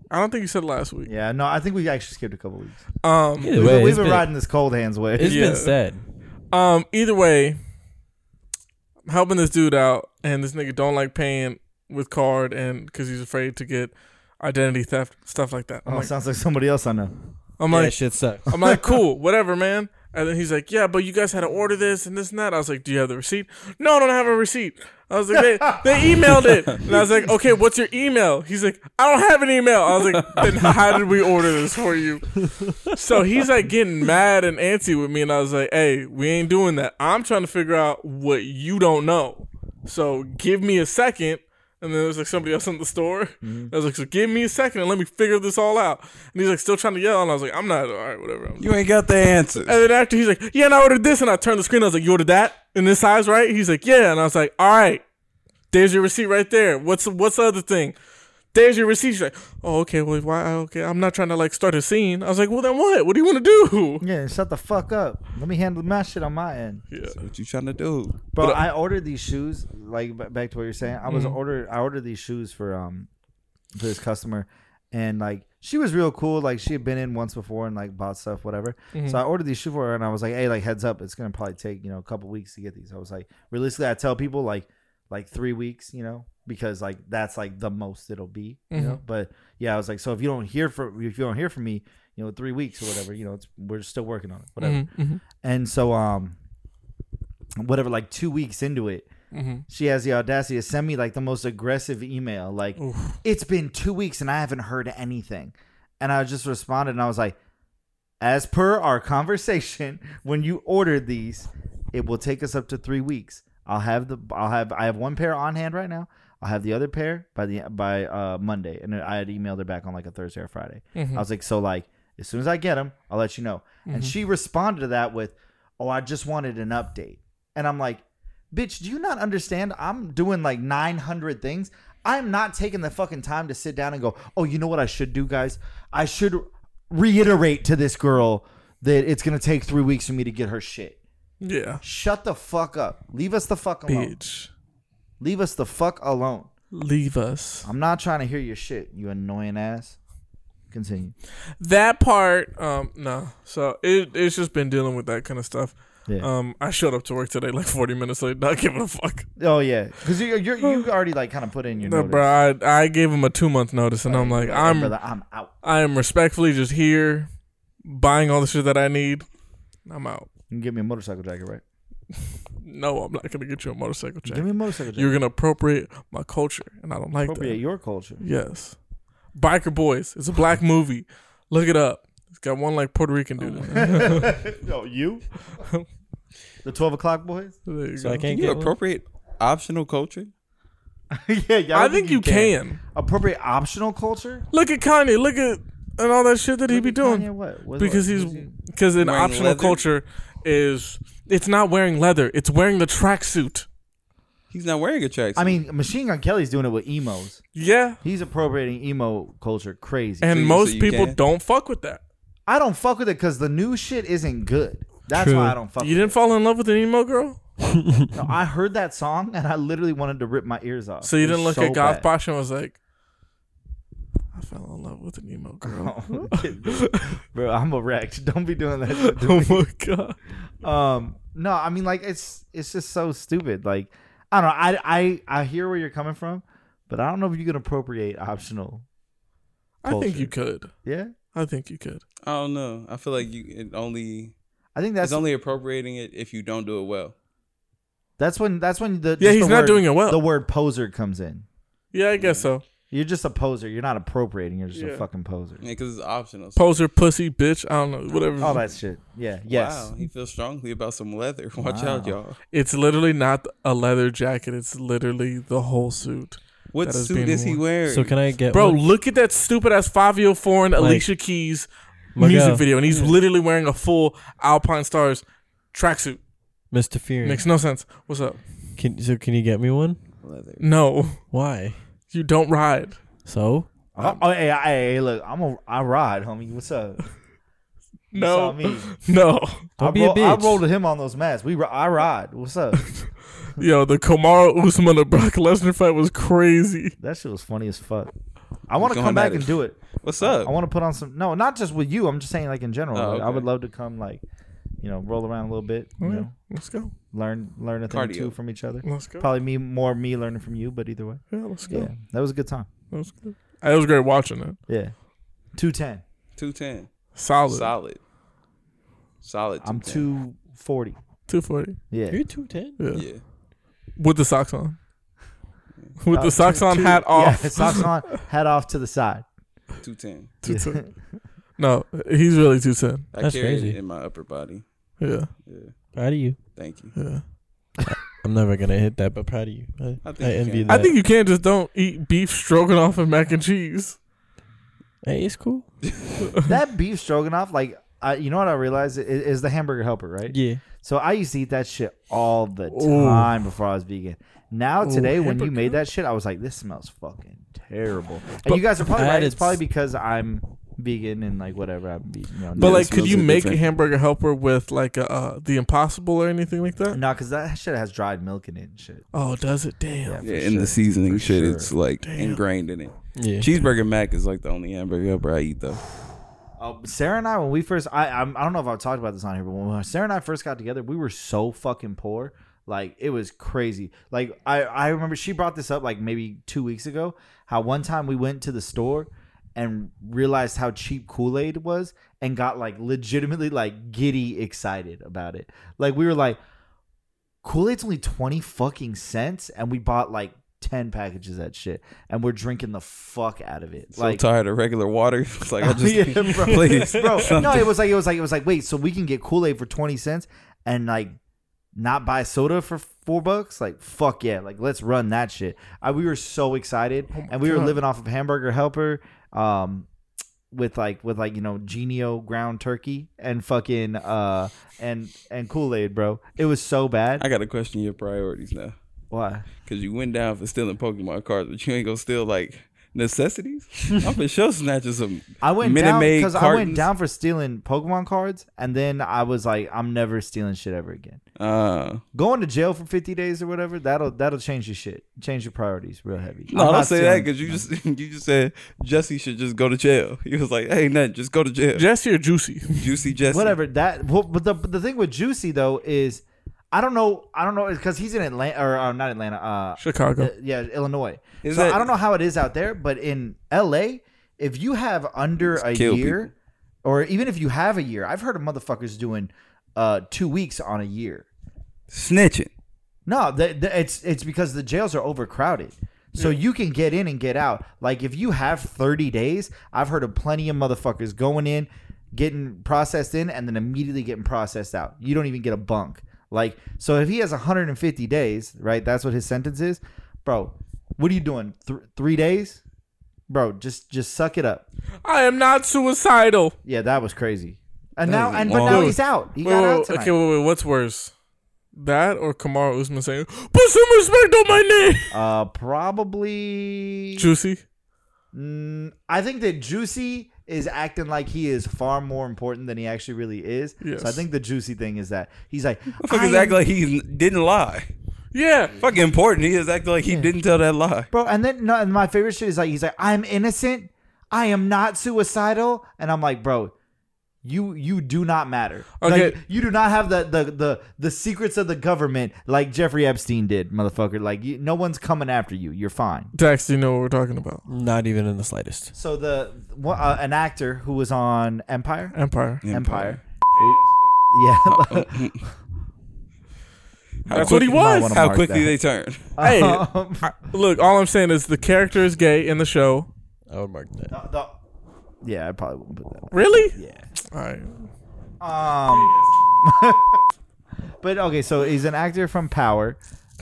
B: I don't think you said last week.
A: Yeah, no, I think we actually skipped a couple weeks.
B: Um,
C: Either
A: We've been-
C: way,
A: we've
C: it's
A: been
C: been,
A: riding this cold hands way.
C: it's
B: Yeah.
C: been said.
B: Um, either way, I'm helping this dude out, and this nigga don't like paying with card, and because he's afraid to get identity theft stuff like that. I'm
A: oh,
B: like,
A: sounds like somebody else I know.
B: I'm
C: Yeah,
B: like,
C: shit sucks.
B: I'm like, cool, whatever, man. And then he's like, yeah, but you guys had to order this and this and that. I was like, do you have the receipt? No, I don't have a receipt. I was like, they, they emailed it. And I was like, okay, what's your email? He's like, I don't have an email. I was like, then how did we order this for you? So he's like getting mad and antsy with me. And I was like, hey, we ain't doing that. I'm trying to figure out what you don't know. So give me a second. And then there's like somebody else in the store. I was like, so give me a second and let me figure this all out. And he's like, still trying to yell. And I was like, I'm not, all right, whatever. I'm
E: You ain't got the answers.
B: and then after he's like, yeah, and I ordered this, and I turned the screen. I was like, you ordered that in this size, right? He's like, yeah, and I was like, all right, there's your receipt right there. What's what's the other thing? There's your receipt. She's like, oh, okay, well, why? Okay, I'm not trying to like start a scene. I was like, well, then what? What do you want to do?
A: Yeah, shut the fuck up. Let me handle my shit on my end.
B: Yeah,
E: What you trying to do?
A: Bro,
B: But, uh,
A: I ordered these shoes. Like b- back to what you're saying, I was ordered. I ordered these shoes for um for this customer, and like she was real cool. Like she had been in once before and like bought stuff, whatever. So I ordered these shoes for her, and I was like, hey, like heads up, it's gonna probably take you know a couple weeks to get these. I was like, realistically, I tell people like like three weeks, you know, because like that's like the most it'll be, you know. But yeah, I was like, so if you don't hear from if you don't hear from me, you know, three weeks or whatever, you know, it's we're still working on it, whatever.
B: Mm-hmm.
A: And so um whatever like 2 weeks into it, she has the audacity to send me like the most aggressive email like it's been 2 weeks and I haven't heard anything. And I just responded and I was like as per our conversation when you ordered these, it will take us up to 3 weeks. I'll have the I'll have I have one pair on hand right now. I'll have the other pair by the by uh Monday and I had emailed her back on like a Thursday or Friday. I was like so like as soon as I get them, I'll let you know. And she responded to that with, "Oh, I just wanted an update." And I'm like, "Bitch, do you not understand? I'm doing like 900 things. I'm not taking the fucking time to sit down and go, "Oh, you know what I should do, guys? I should reiterate to this girl that it's going to take 3 weeks for me to get her shit."
B: yeah,
A: Shut the fuck up. Leave us the fuck alone.
B: bitch,
A: Leave us the fuck alone.
B: leave us.
A: I'm not trying to hear your shit, you annoying ass. Continue.
B: That part, um, no. So it it's just been dealing with that kind of stuff.
A: Yeah.
B: Um, I showed up to work today like 40 minutes late, not giving a fuck.
A: Oh yeah, because you you you Oh, already like kind of put in your
B: No,
A: notice.
B: bro, I, I gave him a two month notice, and I'm like,
A: Like,
B: I'm
A: brother, I'm out.
B: I am respectfully just here buying all the shit that I need. I'm out.
A: You can give me a motorcycle jacket, right?
B: No, I'm not gonna get you a motorcycle check.
A: Give me a motorcycle jacket.
B: You're gonna appropriate my culture, and I don't like
A: appropriate
B: that.
A: your culture.
B: Yes, Biker Boys. It's a black movie. Look it up. It's got one like Puerto Rican dude. in it.
A: No, you. the twelve o'clock boys.
B: There you
C: So
B: go.
C: I can't
E: Can you
C: get one?
E: appropriate optional culture?
A: yeah, yeah.
B: I think you can.
A: Appropriate optional culture?
B: Look at Kanye. Look at and all that shit that he be doing.
A: Kanye, what? What-
B: because
A: what-
B: he's
A: what is he-
B: because an
E: Wearing
B: optional
E: leather?
B: culture is it's not wearing leather. It's wearing the tracksuit.
E: He's not wearing a tracksuit.
A: I mean, Machine Gun Kelly's doing it with emos.
B: Yeah,
A: He's appropriating emo culture crazy.
B: and
E: So you-
B: most
E: so you
B: people
E: can?
B: don't fuck with that.
A: I don't fuck with it because the new shit isn't good. That's
C: True.
A: why I don't fuck
B: You
A: with
B: didn't fall in love with an emo girl,
A: it. No, I heard that song and I literally wanted to rip my ears off.
B: so you
A: It was
B: didn't look
A: so
B: at Goth
A: bad.
B: Bosch and was like, "I fell in love with an emo
A: Oh
B: girl."
A: Bro, I'm erect. Don't be doing that. Shit to
B: oh
A: me.
B: my god!
A: um no i mean like it's it's just so stupid like i don't know i i i hear where you're coming from but i don't know if you can appropriate optional
B: I think
A: Culture.
B: you could.
A: yeah
B: I think you could.
E: I don't know. I feel like you it only
A: i think
E: that's
A: that's
E: only appropriating it if you don't do it well.
A: that's when that's when the
B: Yeah,
A: just
B: he's
A: the
B: not
A: word-
B: doing it well.
A: the word poser comes in
B: Yeah, I guess so.
A: you're just a poser you're not appropriating you're just
B: Yeah.
A: a fucking poser
E: Yeah, Mm-hmm. because it's optional. So-
B: Poser, pussy, bitch. I don't know. Whatever.
A: all that shit yeah yes
E: Wow, he feels strongly about some leather. Watch out,
A: Wow.
E: y'all.
B: It's literally not a leather jacket. It's literally the whole suit.
E: What
B: That is
E: suit
B: being
E: is he
B: worn.
E: wearing?
C: So can I get
B: Bro,
C: one?
B: look at that stupid ass Fabio Foreign Alicia Keys
C: My
B: music
C: girl.
B: video, and he's literally wearing a full Alpine Stars tracksuit.
C: Mr. Fear?
B: Makes no sense. What's up?
C: Can, so can you get me one?
E: leather.
B: No,
C: Why?
B: you don't ride.
C: So
A: oh, oh, hey, hey hey, look i'm a i ride homie what's up You saw
B: No,
A: me.
B: no.
C: Don't
A: I
C: be a
A: roll- I
C: bitch.
A: rolled with him on those masks. We, ri- I ride. What's up?
B: Yo, the Kamara Usman and Brock Lesnar fight was crazy.
A: that shit was funny as fuck. I want to
E: Going
A: come
E: at
A: back
E: it.
A: and do it.
E: What's up?
A: I want to put on some. No, not just with you. I'm just saying, like in general.
E: Oh,
A: Like, I
E: okay.
A: would love to come, like, you know, roll around a little bit. You
B: Okay,
A: know,
B: Let's go.
A: learn learn a thing or
E: Cardio.
A: two from each other.
B: Let's go.
A: Probably me more me learning from you, but either way,
B: Yeah, let's go.
A: yeah, that was a good time.
B: That was good. It was great watching it.
A: Yeah, two ten.
E: Two ten.
B: Solid.
E: Solid. Solid.
A: I'm
E: 210.
A: two forty.
B: Two forty.
A: Yeah,
C: you're two ten.
B: Yeah.
E: Yeah.
B: With the socks on. With
A: Uh,
B: the socks on,
A: two-
B: hat off.
A: Yeah, socks on, hat off to the side.
E: Two ten.
B: Two ten. No, he's really two ten.
E: I
C: That's
E: carry
C: crazy.
E: it in my upper body.
B: Yeah,
E: Yeah.
C: Proud of you.
E: Thank you.
B: yeah.
C: I'm never gonna hit that, but proud of you. I,
E: I
C: I,
E: think you
C: envy
E: can.
C: that.
B: I think you can just don't eat beef stroganoff and mac and cheese.
C: hey, it's cool.
A: that beef stroganoff, like, I, you know what I realized is, is the hamburger helper, right?
C: Yeah.
A: So I used to eat that shit all the
B: Ooh.
A: time before I was vegan. Now
B: Ooh,
A: today, when you
B: hamburger.
A: made that shit, I was like, "This smells fucking terrible." And
B: But
A: you guys are probably
C: I
A: right.
C: had
A: It's
C: it-
A: probably because I'm vegan and like whatever I'm eating. You know,
B: But
E: Yeah, it
B: like, could
E: smells
B: you
E: like
B: make a
E: different.
B: hamburger helper with like a uh, the Impossible or anything like that?
A: no, because that shit has dried milk in it and shit.
B: Oh, does it? Damn.
A: Yeah.
E: Yeah,
A: For
E: in
A: sure.
E: the seasoning
A: For
E: shit,
A: sure.
E: it's like
B: Damn.
E: ingrained in it.
C: Yeah.
E: Cheeseburger mac is like the only hamburger helper I eat though.
A: Uh, Sarah and I, when we first, I I'm, I don't know if I've talked about this on here, but when Sarah and I first got together, we were so fucking poor. Like it was crazy. Like I I remember she brought this up like maybe two weeks ago. How one time we went to the store and realized how cheap Kool Aid was and got like legitimately like giddy excited about it. Like we were like, Kool Aid's only twenty fucking cents, and we bought like ten packages of that shit, and we're drinking the fuck out of it.
E: So
A: like
E: tired of regular water. It's like I just
A: Oh, yeah, bro.
E: please,
A: bro. No,
E: something.
A: it was like it was like it was like wait, so we can get Kool Aid for twenty cents and like not buy soda for four bucks? Like fuck yeah, like let's run that shit. I, we were so excited,
E: Oh
A: and we were
B: God.
A: living off of hamburger helper, um, with like with like you know Genio ground turkey and fucking uh and and Kool Aid, bro. It was so bad.
E: I gotta question your priorities now.
A: Why?
E: Cause you went down for stealing Pokemon cards, but you ain't gonna steal like necessities. I'm for sure snatching some.
A: I went
E: Minute
A: down
E: Maid
A: because I went
E: cartons.
A: down for stealing Pokemon cards, and then I was like, I'm never stealing shit ever again.
E: Uh,
A: going to jail for 50 days or whatever that'll that'll change your shit change your priorities real heavy
E: no,
A: I'm
E: don't
A: not
E: say that
A: stealing-
E: because you just you just said Jesse should just go to jail. He was like, hey, nothing, just go to jail.
B: Jesse or Juicy?
E: Juicy Jesse.
A: whatever that well, but the, but the thing with juicy though is i don't know i don't know because he's in atlanta or, or not atlanta uh,
B: Chicago.
A: uh, yeah illinois
E: Is
A: so
E: that-
A: i don't know how it is out there but in la if you have under a
E: kill
A: year or even if you have a year i've heard of motherfuckers doing uh two weeks on a year
E: Snitching.
A: No, the, the, it's it's because the jails are overcrowded. So you can get in and get out. Like if you have 30 days, I've heard of plenty of motherfuckers going in, getting processed in and then immediately getting processed out. You don't even get a bunk. Like so if he has 150 days, right? That's what his sentence is. Bro, What are you doing? Th- three days, bro. Just just suck it up.
B: I am not suicidal.
A: Yeah, that was crazy. And
E: That
A: now
E: was
A: and but
E: wild.
A: now he's out. He
B: Wait,
A: got
B: wait,
A: out
B: wait,
A: tonight.
B: okay, wait, wait. What's worse, that or Kamara Usman saying, "Put some respect on my name"?
A: Uh, probably.
B: Juicy.
A: Mm, I think that Juicy is acting like he is far more important than he actually really is.
B: Yes.
A: So I think the Juicy thing is that he's like,
E: Fuckers
A: "I am-"
E: act like he didn't lie.
B: Yeah.
E: Fucking important. He is acting like he didn't tell that lie.
A: bro. And then no, and my favorite shit is like he's like, I'm innocent. I am not suicidal. And I'm like, bro. You you do not matter.
B: Okay.
A: Like, you do not have the, the the the secrets of the government like Jeffrey Epstein did, motherfucker. Like you, no one's coming after you. You're fine.
B: Dax, do you know what we're talking about?
C: Not even in the slightest.
A: So the one- uh, an actor who was on Empire,
B: Empire.
A: Empire. Yeah.
B: That's what he
A: You might
B: was.
A: wanna
E: How
A: mark
E: quickly
A: that.
E: they turn.
B: Hey.
A: Um,
B: Look, all I'm saying is the character is gay in the show.
C: I would mark that.
A: the- the- yeah, I probably wouldn't put that.
B: Really?
A: Yeah.
B: All right.
A: Um, but okay, so he's an actor from Power,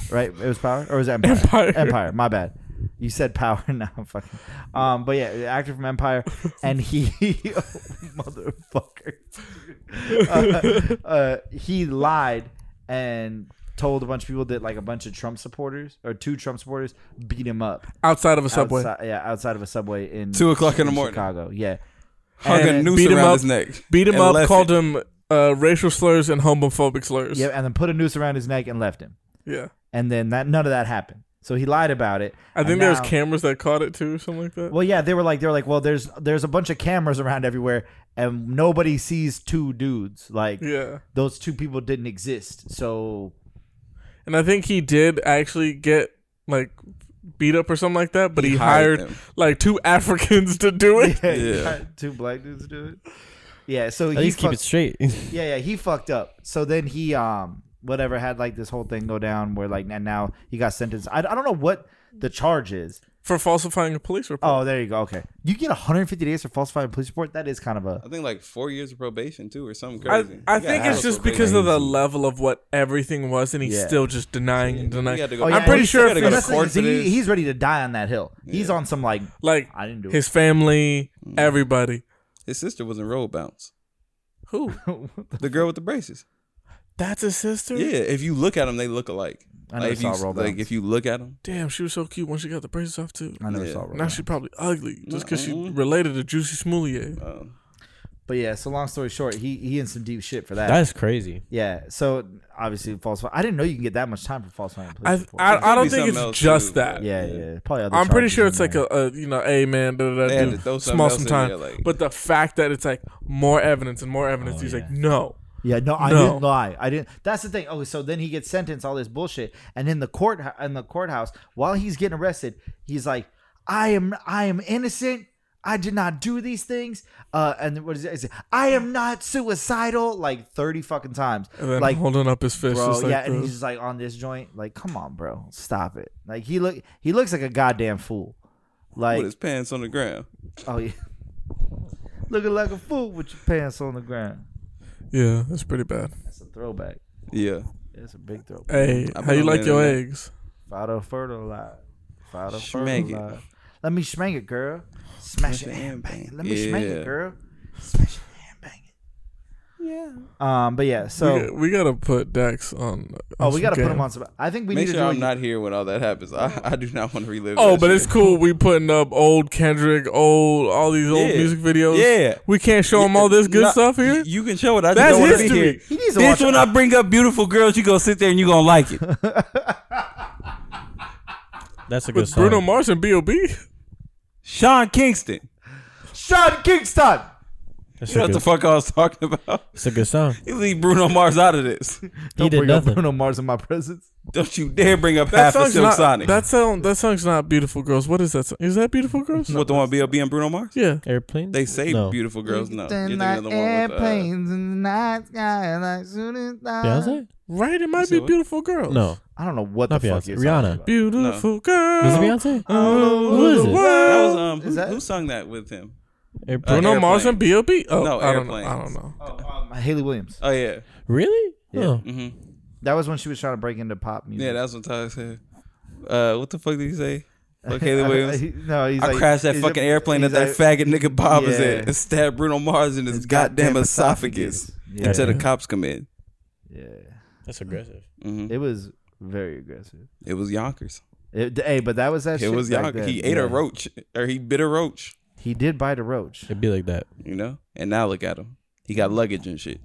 A: right? It was Power, or was it Empire?
B: Empire.
A: Empire. My bad. You said Power. Now I'm fucking. Um, but yeah, the actor from Empire, and he, oh, motherfucker, uh, uh, he lied and told a bunch of people that like a bunch of Trump supporters or two Trump supporters beat him up
B: Outside of a subway.
A: Outside, yeah, outside of a subway in
E: Two o'clock in the morning.
A: Chicago. Yeah.
E: Hung a
A: And-
E: noose
B: beat him
E: around
B: up.
E: his neck.
B: Beat him
E: and
B: up.
E: left
B: Called
E: it.
B: him uh, racial slurs and homophobic slurs.
A: Yeah, and then put a noose around his neck and left him.
B: Yeah.
A: And then that none of that happened. So he lied about it.
B: I think
A: And
B: there was
A: now-
B: cameras that caught it too, or something like that.
A: Well, yeah, they were like they were like, well, there's there's a bunch of cameras around everywhere, and nobody sees two dudes. Like
B: Yeah.
A: those two people didn't exist. So
B: And I think he did actually get like beat up or something like that, but he,
E: He
B: hired
E: hired them.
B: like two Africans to do it.
E: Yeah.
A: two black dudes do it. Yeah. So
C: At
A: he
C: least keep
A: fucked-
C: it straight.
A: Yeah, yeah, he fucked up. So then he um whatever had like this whole thing go down where like and now he got sentenced. I, I don't know what the charge is.
B: For falsifying a police report.
A: Oh, there you go. Okay, you get 150 days for falsifying a police report. That is kind of a
E: I think like four years of probation too, or something
B: I,
E: Oh, crazy.
B: I
E: You gotta
B: think
E: have
B: it's
E: a
B: just
E: probation.
B: because of the level of what everything was, and he's
A: Yeah.
B: still just denying and
E: You
B: denying.
E: gotta go-
A: Oh, yeah,
B: I'm pretty
A: and-
B: sure
E: You gotta
B: if
E: go to
B: it's-
E: court for
A: he,
E: this.
A: he's ready to die on that hill. He's on some like
B: Like
A: I didn't do
B: his family,
E: Mm.
B: everybody.
E: His sister was in road bounce.
B: Who?
A: it.
E: The girl with the braces.
B: That's his sister.
E: Yeah, if you look at them, they look alike.
A: I never
E: like, if you,
A: saw roll
E: like
A: bounce.
E: if you look at them,
B: Damn, she was so cute when she got the braces off too.
A: I never
E: Yeah.
A: saw Roll
B: Now
A: Bounce.
B: she probably ugly just because she
E: Mm-mm.
B: related to Juicy Smollett.
E: um,
A: But yeah, so long story short, he he in some deep shit for that.
C: That's crazy.
A: yeah, so obviously falsify. I didn't know you can get that much time for falsifying a police
B: I
A: report.
B: I, I
E: Could
B: don't
E: be
B: think
E: something
B: it's
E: else,
B: just
E: too,
B: that.
E: but-
A: yeah, yeah, probably. Other
B: I'm pretty
A: charges
B: sure
A: in
B: it's like
A: there.
B: a, a you know, hey man, da, da,
E: They
B: da,
E: had
B: dude,
E: to throw something
B: small
E: else in
B: sometime.
E: there, like-
B: but the fact that it's like more evidence and more evidence,
A: Oh,
B: he's
A: yeah.
B: like, no,
A: Yeah, no, I
B: No.
A: didn't lie. I didn't. That's the thing. Oh, so then he gets sentenced, all this bullshit, and in the court, in the courthouse, while he's getting arrested, he's like, "I am, I am innocent. I did not do these things." Uh, and what is it? Is it, I am not suicidal. Like thirty fucking times.
B: and then
A: like,
B: holding up his fist,
A: bro,
B: just like
A: yeah, and
B: this.
A: he's just like on this joint. Like, come on, bro, stop it. Like he look, he looks like a goddamn fool.
E: with
A: Like,
E: his pants on the ground.
A: oh yeah, looking like a fool with your pants on the ground.
B: yeah, it's pretty bad.
A: That's a throwback.
E: Yeah,
A: That's a big throwback.
B: Hey,
E: I've
B: how
E: been
B: you
E: on
B: like
E: the
B: your
E: internet.
B: eggs?
A: Fido fertilize. Fido
E: Schmank it.
A: fertilize. Let me smack it, girl. Smash it and bang it. Let me smack
E: Yeah.
A: it, girl. Smash it and bang it. Yeah. Um, but yeah, so
B: we, we gotta put Dax on.
A: oh, we
B: some
A: gotta put him
B: game.
A: on some. I think we
E: make
A: need
E: sure
A: to do
E: I'm
A: a-
E: not here when all that happens. I, I do not want to relive.
B: Oh,
E: that
B: but
E: shit.
B: it's cool. We putting up old Kendrick, old all these old
E: Yeah.
B: music videos.
E: Yeah.
B: we can't show him all this good
E: Nah,
B: stuff here.
E: y- You can show it. I
B: That's
E: just don't want to be
B: history.
E: here.
A: He needs to watch.
E: Bitch, when I bring up beautiful girls, you gonna sit there and you gonna like it.
C: That's a good
B: with
C: song.
B: Bruno Mars and B.O.B.
E: Sean Kingston.
A: Sean Kingston.
C: That's
E: You know
C: a
E: what the
C: good,
E: fuck I was talking about?
C: it's a good song.
E: You leave Bruno Mars out of this.
A: Don't
C: did
A: bring
C: nothing.
A: up Bruno Mars in my presence.
E: Don't you dare bring up
B: That
E: half of
B: song's
E: Silk
B: not.
E: Sonic.
B: That song. That song's not beautiful girls. What is that song? Is that beautiful girls?
E: what the one B.O.B. and Bruno Mars?
B: Yeah.
C: Airplane.
E: They say
C: No.
E: beautiful girls. No, you're
A: Then
E: thinking
A: like
E: of the one with uh,
A: airplanes in the night sky, like shooting stars.
C: Beyonce?
B: Right, it might
E: said
B: be
E: what?
B: beautiful girls.
C: No,
A: I don't know what
C: Not
A: the fuck
C: Beyonce,
A: you're
C: Rihanna.
A: talking about.
B: Beautiful girl.
C: was it Beyonce?
A: Uh,
B: Who
C: Who is
B: is
C: it?
E: that was um. Who,
A: Is that-
E: who sung that with him?
C: Airplane.
B: Bruno
E: Airplane.
B: Mars and B.O.B. Oh,
E: No,
B: I don't know.
E: Airplanes.
B: I don't know.
A: Oh, um, Haley Williams.
E: Oh yeah,
C: Really?
A: Yeah.
C: Oh.
E: hmm
A: That was when she was trying to break into pop music.
E: yeah. That's what Tyler said. Uh, what the fuck did he say? Fuck Haley Williams.
A: He- no, he's
E: I
A: like,
E: crashed that
A: he's
E: fucking
A: a-
E: airplane that
A: he's like,
E: that faggot nigga Bob was
A: Yeah.
E: in and stabbed Bruno Mars in his,
A: His
E: goddamn,
A: goddamn
E: esophagus,
A: Yeah.
E: until the cops come in.
A: Yeah,
C: That's aggressive.
E: hmm
A: it was very aggressive.
E: It was Yonkers.
A: It, hey, but that was that.
E: It
A: shit
E: was
A: back
E: Yonkers.
A: then.
E: He ate
A: Yeah.
E: a roach or he bit a roach,
A: He did bite a roach.
C: It'd be like that.
E: you know? And now look at him. He got luggage and shit.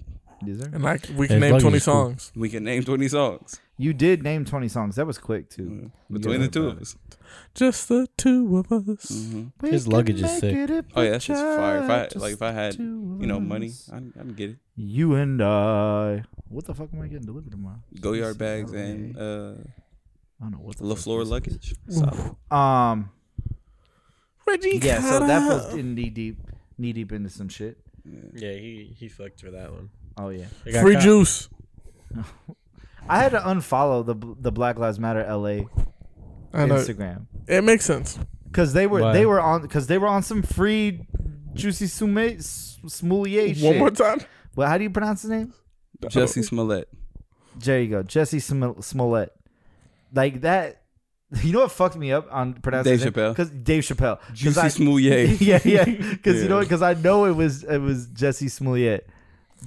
A: Is there?
B: And like we can
C: As long
B: name
C: as
B: twenty
C: it's cool.
B: songs.
E: We can name 20 songs
A: You did name twenty songs. That was quick too.
E: Mm. between
A: Yeah,
E: the two
A: bro. Mm-hmm.
E: of us.
B: Just the two of us.
E: hmm
A: We
C: His
A: can
C: luggage is
A: make
C: sick.
A: it if
E: Oh,
A: we
E: yeah, that's just
A: try,
E: fire. If I,
A: just
E: like, if I had, you
A: two
E: know,
A: of
E: money,
A: us.
E: I'd, I'd get it.
A: You and I. What the fuck am I getting delivered tomorrow?
E: Go yard
A: This is
E: bags and
A: LA.
E: uh,
A: I don't know what the fuck
E: LaFleur
A: this is.
E: luggage. Solid.
A: Um.
B: Reggie
A: Yeah. So
B: Cotta.
A: that was in knee deep, knee deep into some shit.
C: Yeah, he he fucked for that one.
A: Oh yeah.
B: free juice.
A: I had to unfollow the the Black Lives Matter LA
B: I know.
A: Instagram
B: It makes sense.
A: because they were
C: Why?
A: they were on because they were on some free juicy sume S- smoulier shit.
B: One more time. Oh.
A: Well, how do you pronounce his name?
E: Jesse Smollett.
A: There you go, Jesse Sm- Smollett. Like that. You know what fucked me up on pronouncing
E: Dave
A: his name?
E: Chappelle.
A: 'Cause- Dave Chappelle. 'Cause
E: Juicy
A: I-
E: Smollett.
A: yeah, yeah. Because
E: Yeah.
A: you know, because I know it was it was Jesse Smollett,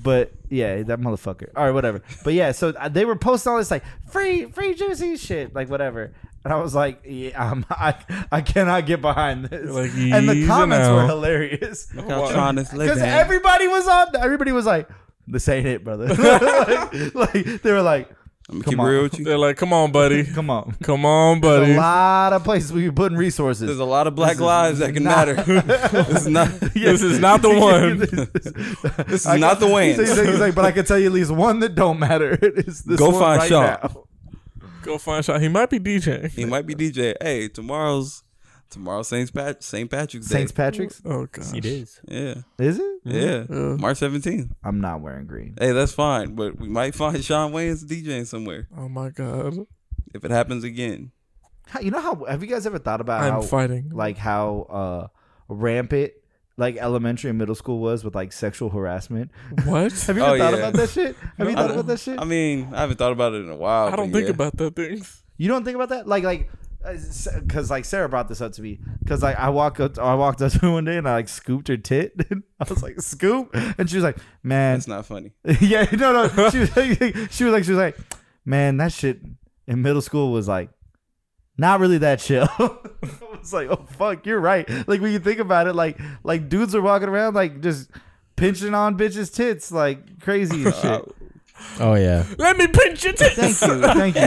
A: but yeah, that motherfucker. All right, whatever. But yeah, so uh, they were posting all this like free, free juicy shit, like whatever. And I was like, yeah, I'm, I, I cannot get behind this.
B: Like,
A: and the
B: easy
A: comments
B: now.
A: were hilarious
E: Look how trying to live
A: because everybody was on. Everybody was like, this ain't it, brother. like, like, they were like,
E: I'm going to
A: Come
E: keep
A: on.
E: it real with you.
B: They're like, come on, buddy.
A: come on.
B: Come on,
A: There's
B: buddy.
A: a lot of places we can put in
E: There's
A: resources.
E: a lot of black lives that can
A: not-
E: matter. this is not.
B: This is not the one.
E: This is not the
A: He's like, he's like-
E: Wayans.
A: he's like, but I can tell you at least one that don't matter. It's this
E: Go
A: one
E: find
A: right
E: Shaw.
A: now.
B: Go find shot. He might be DJing.
E: He might be DJ. Hey, tomorrow's tomorrow's Saint Pat Saint Patrick's Day.
A: Saint Patrick's
B: Oh god.
C: It is.
E: yeah,
A: is it?
E: yeah.
A: Mm-hmm.
B: Yeah.
E: March seventeenth.
A: I'm not wearing green.
E: Hey, that's fine, but we might find Sean Wayne's DJing somewhere
B: Oh my god.
E: if it happens again.
A: How- You know how? Have you guys ever thought about
B: I'm
A: how
B: fighting.
A: like how uh, rampant like elementary and middle school was with like sexual harassment?
B: what?
A: Have you ever
E: Oh,
A: thought
E: yeah.
A: about that shit? Have you
B: No.
A: thought about that shit?
E: I mean, I haven't thought about it in a while.
B: I don't
E: but
B: think
E: yeah.
B: about that thing.
A: You don't think about that? Like like because like Sarah brought this up to me because like I walk up I walked up to her one day and I like scooped her tit and I was like scoop and she was like man
E: That's not funny.
A: yeah, no, no. She was, like, she was like, she was like, man, that shit in middle school was like, not really that chill. I was like, oh fuck, you're right. Like when you think about it, like like dudes are walking around like just pinching on bitches' tits like crazy and shit.
C: Oh yeah.
B: Let me pinch your tits.
A: Thank you, thank you.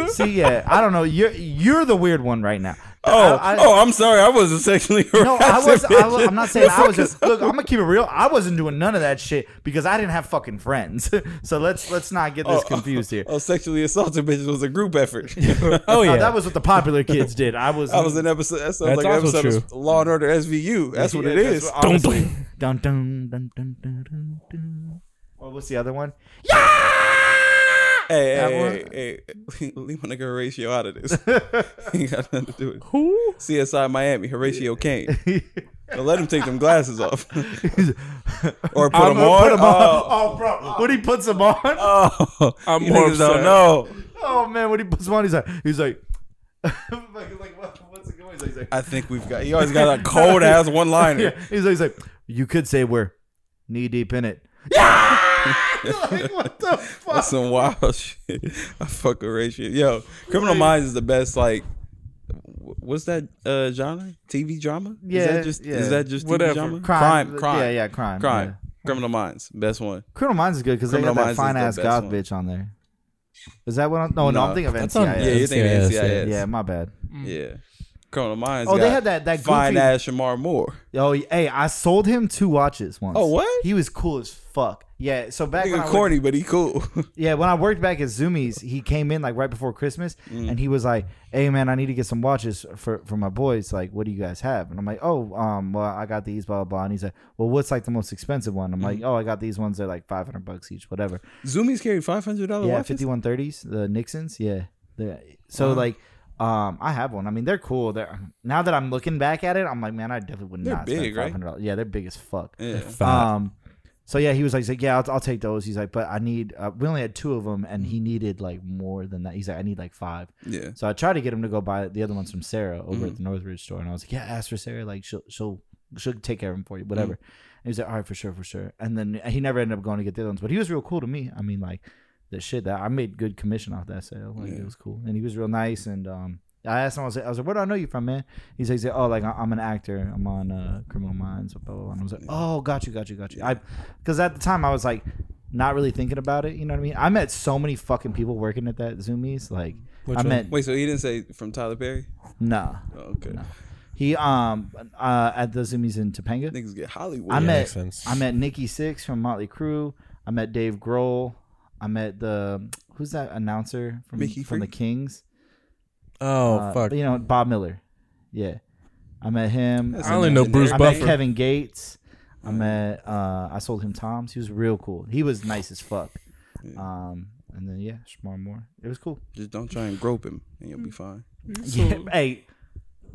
C: Yeah.
A: See, yeah, I don't know. You're you're the weird one right now.
E: Oh,
A: I- I-
E: oh, I'm sorry. I wasn't sexually harassing.
A: No, I was. I
E: bitches.
A: was I'm not saying I was. Just, look, I'm gonna keep it real. I wasn't doing none of that shit because I didn't have fucking friends. so let's let's not get this
E: Oh,
A: confused here.
E: Oh, sexually assaulting bitches was a group effort.
C: Oh
A: No,
C: yeah.
A: that was what the popular kids did. I was.
E: I was an episode. That sounds
C: That's
E: like an
C: also
E: episode of Law and Order SVU. That's what it is.
A: Dun dun dun dun dun dun. dun. Or what's the other one?
E: Hey, hey,
A: That
E: hey, hey, leave my nigga Horatio out of this. he ain't got nothing to do with it.
B: Who?
E: CSI Miami, Horatio Kane. Don't let him take them glasses off. or put
A: I'm
E: them
A: gonna
E: on.
A: put 'em on.
E: Oh,
A: Oh, bro, when he puts them on,
E: oh.
B: I'm
E: you
B: more
E: niggas don't
B: upset.
E: know.
A: oh man, when he puts them on, he's like, he's like, like, like what, what's it going? He's like,
E: I think we've got. He always got a cold ass one liner.
A: yeah, he's like, he's like, you could say we're knee deep in it. like, what the fuck?
E: That's some wild shit. I fuck Horatio. Yo, Criminal Minds is the best. Like, wh- what's that uh, genre? TV drama? Is
A: Yeah,
E: that just
A: yeah.
E: is that just TV
B: Whatever.
E: drama?
A: Crime,
E: crime, crime,
A: Yeah, yeah, crime,
E: crime.
A: yeah.
E: Criminal Minds, best one.
A: Criminal Minds is good because they
E: Criminal
A: got that
E: Minds is the
A: fine ass
E: best
A: goth
E: one.
A: bitch on there. Is that what? I'm, no, no,
E: No,
A: I'm thinking of
C: that's on-
A: NCIS.
E: Yeah, you're thinking of
C: NCIS,
E: NCIS.
A: Yeah, my bad.
E: Yeah. Criminal Minds.
A: Mm. Oh, they
E: got
A: had that- that
E: fine
A: goofy-
E: ass Shamar Moore.
A: Oh, hey, I sold him two watches once.
E: Oh, what?
A: He was cool as fuck. Yeah, so back when
E: Nigga
A: I worked,
E: corny, but he cool.
A: yeah, when I worked back at Zoomies, he came in like right before Christmas,
E: Mm.
A: and he was like, "Hey, man, I need to get some watches for for my boys. Like, what do you guys have?" And I'm like, "Oh, um, well, I got these, blah blah blah." And he's like, "Well, what's like the most expensive one?"
E: Mm-hmm.
A: I'm like, "Oh, I got these ones. They're like 500 bucks each, whatever."
E: Zoomies carry five hundred dollars.
A: yeah, 5130s, the Nixons. Yeah, They're- so like. Um, I have one. I mean, they're cool. They're now that I'm looking back at it, I'm like, man, I definitely would
E: They're
A: not
E: big,
A: spend
E: right?
A: five hundred dollars. Yeah, they're big as fuck.
E: Yeah.
C: Fat.
A: Um, So yeah, he was like, he's like yeah, I'll, I'll take those. He's like, but I need. Uh, we only had two of them, and
E: Mm-hmm.
A: he needed like more than that. He's like, I need like five.
E: Yeah. Mm-hmm.
A: So I tried to get him to go buy the other ones from Sarah over at the Northridge store, and I was like, "Yeah, ask for Sarah. Like she'll she'll she'll take care of them for you,
E: Mm-hmm.
A: whatever." And he was like, "All right, for sure, for sure." And then he never ended up going to get the other ones, but he was real cool to me. I mean, like the shit that I made good commission off that sale. Like
E: Yeah.
A: it was cool, and he was real nice. And um, I asked him, I was like, "I was like, where do I know you from, man?" He's like, he's like, "Oh, like I- I'm an actor. I'm on uh, Criminal Minds." Blah, blah, blah. And I was like, "Oh, got you, got you, got you." I because at the time I was like. Not really thinking about it, you know what I mean. I met so many fucking people working at that Zoomies. Like, I
C: one?
A: met
E: Wait, so he didn't say from Tyler Perry?
A: Nah.
E: Oh, okay.
A: He um uh at the Zoomies in Topanga.
E: Niggas get Hollywood.
A: I
C: makes
A: met
C: sense.
A: I met Nikki Six from Motley Crue. I met Dave Grohl. I met the who's that announcer from
E: Mickey
A: from the
E: Free?
A: Kings.
C: Oh
A: Uh,
C: fuck!
A: You know Bob Miller. Yeah, I met him.
E: That's
B: I only know Bruce
A: I
E: legendary.
A: met
B: Buffer.
A: Kevin Gates. I met uh I sold him Tom's. He was real cool. He was nice as fuck. Um and then yeah, Shamar Moore. It was cool.
E: Just don't try and grope him, and
A: Mm.
E: you'll be fine.
A: Yeah, hey,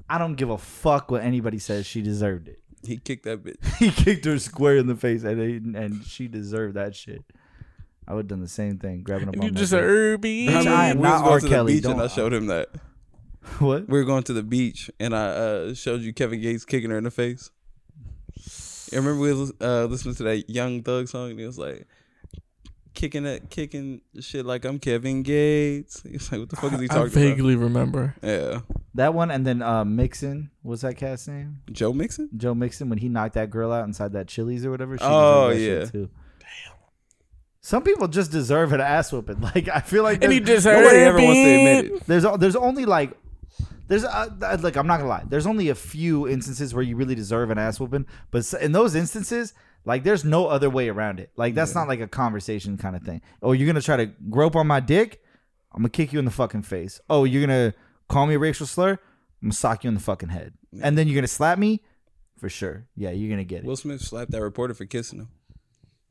A: I don't give a fuck what anybody says. She deserved it.
E: He kicked that bitch.
A: he kicked her square in the face, and he- and she deserved that shit. I would have done the same thing, grabbing a
B: And
A: bum
B: you
A: like
B: just a
A: that.
B: herby.
A: Bitch, I am
E: we was
A: not
E: going
A: R.
E: to
A: Kelly.
E: the beach, and I
A: Don't.
E: showed him that.
A: What?
E: We were going to the beach, and I uh, showed you Kevin Gates kicking her in the face. I remember we was uh, listening to that Young Thug song, and he was like, kicking that, kicking shit like I'm Kevin Gates. He was like, what the fuck is he
B: I
E: talking
B: vaguely remember.
E: about? Yeah.
A: That one, and then uh, Mixon. What's that cat's name?
E: Joe Mixon?
A: Joe Mixon. When he knocked that girl out inside that Chili's or whatever. She
E: Oh,
A: deserved that
E: yeah.
A: shit too. Some people just deserve an ass whooping. Like I feel like
B: And
A: there's,
B: he just heard
E: Nobody ever wants to admit it.
A: there's o- there's only like there's uh, uh, like I'm not gonna lie. There's only a few instances where you really deserve an ass whooping, but s- in those instances, like there's no other way around it. Like that's not like a conversation kind of thing. Oh, you're gonna try to grope on my dick? I'm gonna kick you in the fucking face. Oh, you're gonna call me a racial slur? I'm gonna sock you in the fucking head, and then you're gonna slap me. For sure. Yeah, you're gonna get it.
E: Will Smith slapped that reporter for kissing him.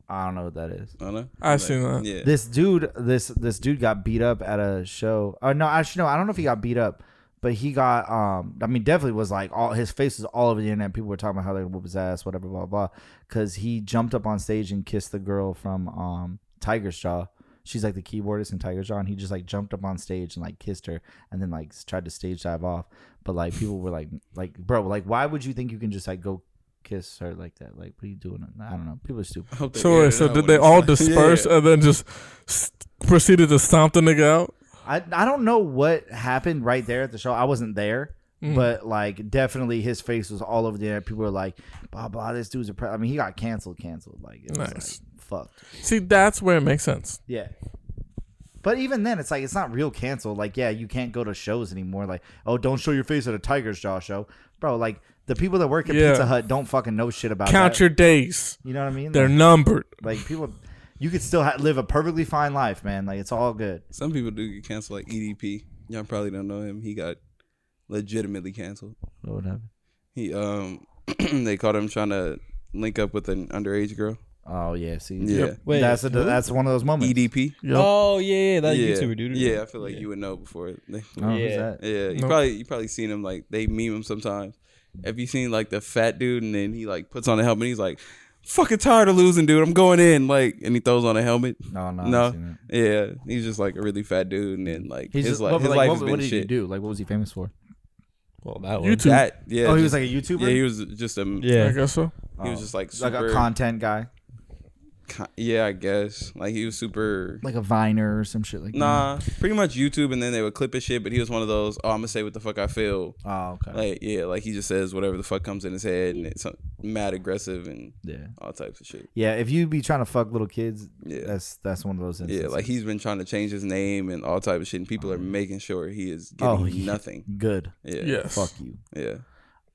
A: I don't know what that is.
E: I don't know.
B: I seen that.
E: Yeah.
A: This dude, this this dude got beat up at a show. Oh no, actually no, I don't know if he got beat up, but he got um. I mean, definitely was like all his face was all over the internet. People were talking about how they're gonna whoop his ass, whatever, blah blah. Because he jumped up on stage and kissed the girl from um Tiger's Jaw. She's like the keyboardist in Tiger's Jaw, and he just like jumped up on stage and like kissed her, and then like tried to stage dive off. But like people were like, like bro, like why would you think you can just like go kiss her like that? Like what are you doing? I don't know. People are stupid.
E: I hope they
B: So
E: aired
B: wait,
E: it
B: so
E: out
B: did
E: when
B: they
E: he
B: all
E: slapped- Yeah.
B: disperse and then just s- proceeded to stomp the nigga out?
A: I I don't know what happened right there at the show. I wasn't there,
B: Mm.
A: but like definitely his face was all over the internet. People were like, blah blah. This dude's a. Pre-. I mean, he got canceled, canceled. Like it was
B: Nice.
A: like fucked.
B: See, that's where it makes sense.
A: Yeah. But even then, it's like it's not real canceled. Like, yeah, you can't go to shows anymore. Like, oh, don't show your face at a Tiger's Jaw show, bro. Like the people that work at
B: Yeah.
A: Pizza Hut don't fucking know shit about
B: Count
A: that.
B: your days.
A: you know what I mean?
B: They're
A: Like,
B: numbered.
A: like people. You could still ha- live a perfectly fine life, man. Like it's all good.
E: Some people do get canceled, like EDP. Y'all probably don't know him. He got legitimately canceled.
A: What happened?
E: He um, they caught him trying to link up with an underage girl.
A: Oh yeah, see,
E: Yeah,
C: Wait,
A: that's a,
C: who?
A: that's one of those moments.
E: EDP.
B: Yup.
C: Oh yeah, yeah, that
E: yeah.
C: YouTuber dude.
E: Yeah, I feel like you would know before. They,
A: Oh, who's
C: Yeah.
A: that?
E: Yeah, you
B: Nope.
E: probably you probably seen him like they meme him sometimes. Have you seen like the fat dude and then he like puts on a helmet? and He's like, "Fucking tired of losing, dude. I'm going in." Like, and he throws on a helmet.
A: No, no, I haven't
E: no,
A: seen
E: yeah, he's just like a really fat dude, and then like
A: He's
E: his,
A: just,
E: li-
A: but,
E: his
A: like,
E: life
A: what,
E: has
A: what
E: been
A: did he
E: shit.
A: do? Like, what was he famous for?
C: Well, that one.
B: YouTube.
E: That yeah.
A: oh, he was
E: just-
A: like a YouTuber.
E: yeah, he was just a
C: Yeah.
B: I guess so.
E: He was just like super,
A: Oh. like a content guy,
E: con- yeah, I guess. Like he was super.
A: like a Viner or some shit like
E: Nah, pretty much YouTube, and then they would clip his shit. But he was one of those. Oh, I'm gonna say what the fuck I feel.
A: that. Oh, okay.
E: Like yeah, like he just says whatever the fuck comes in his head, and it's uh, mad aggressive and
A: yeah,
E: all types of shit.
A: yeah. If you be trying to fuck little kids,
E: Yeah.
A: that's that's one of those. Instances.
E: Yeah, like he's been trying to change his name and all type of shit, and people are making sure he is getting
A: Oh, yeah.
E: nothing.
A: good.
E: Yeah,
B: Yes.
A: Fuck you.
E: yeah.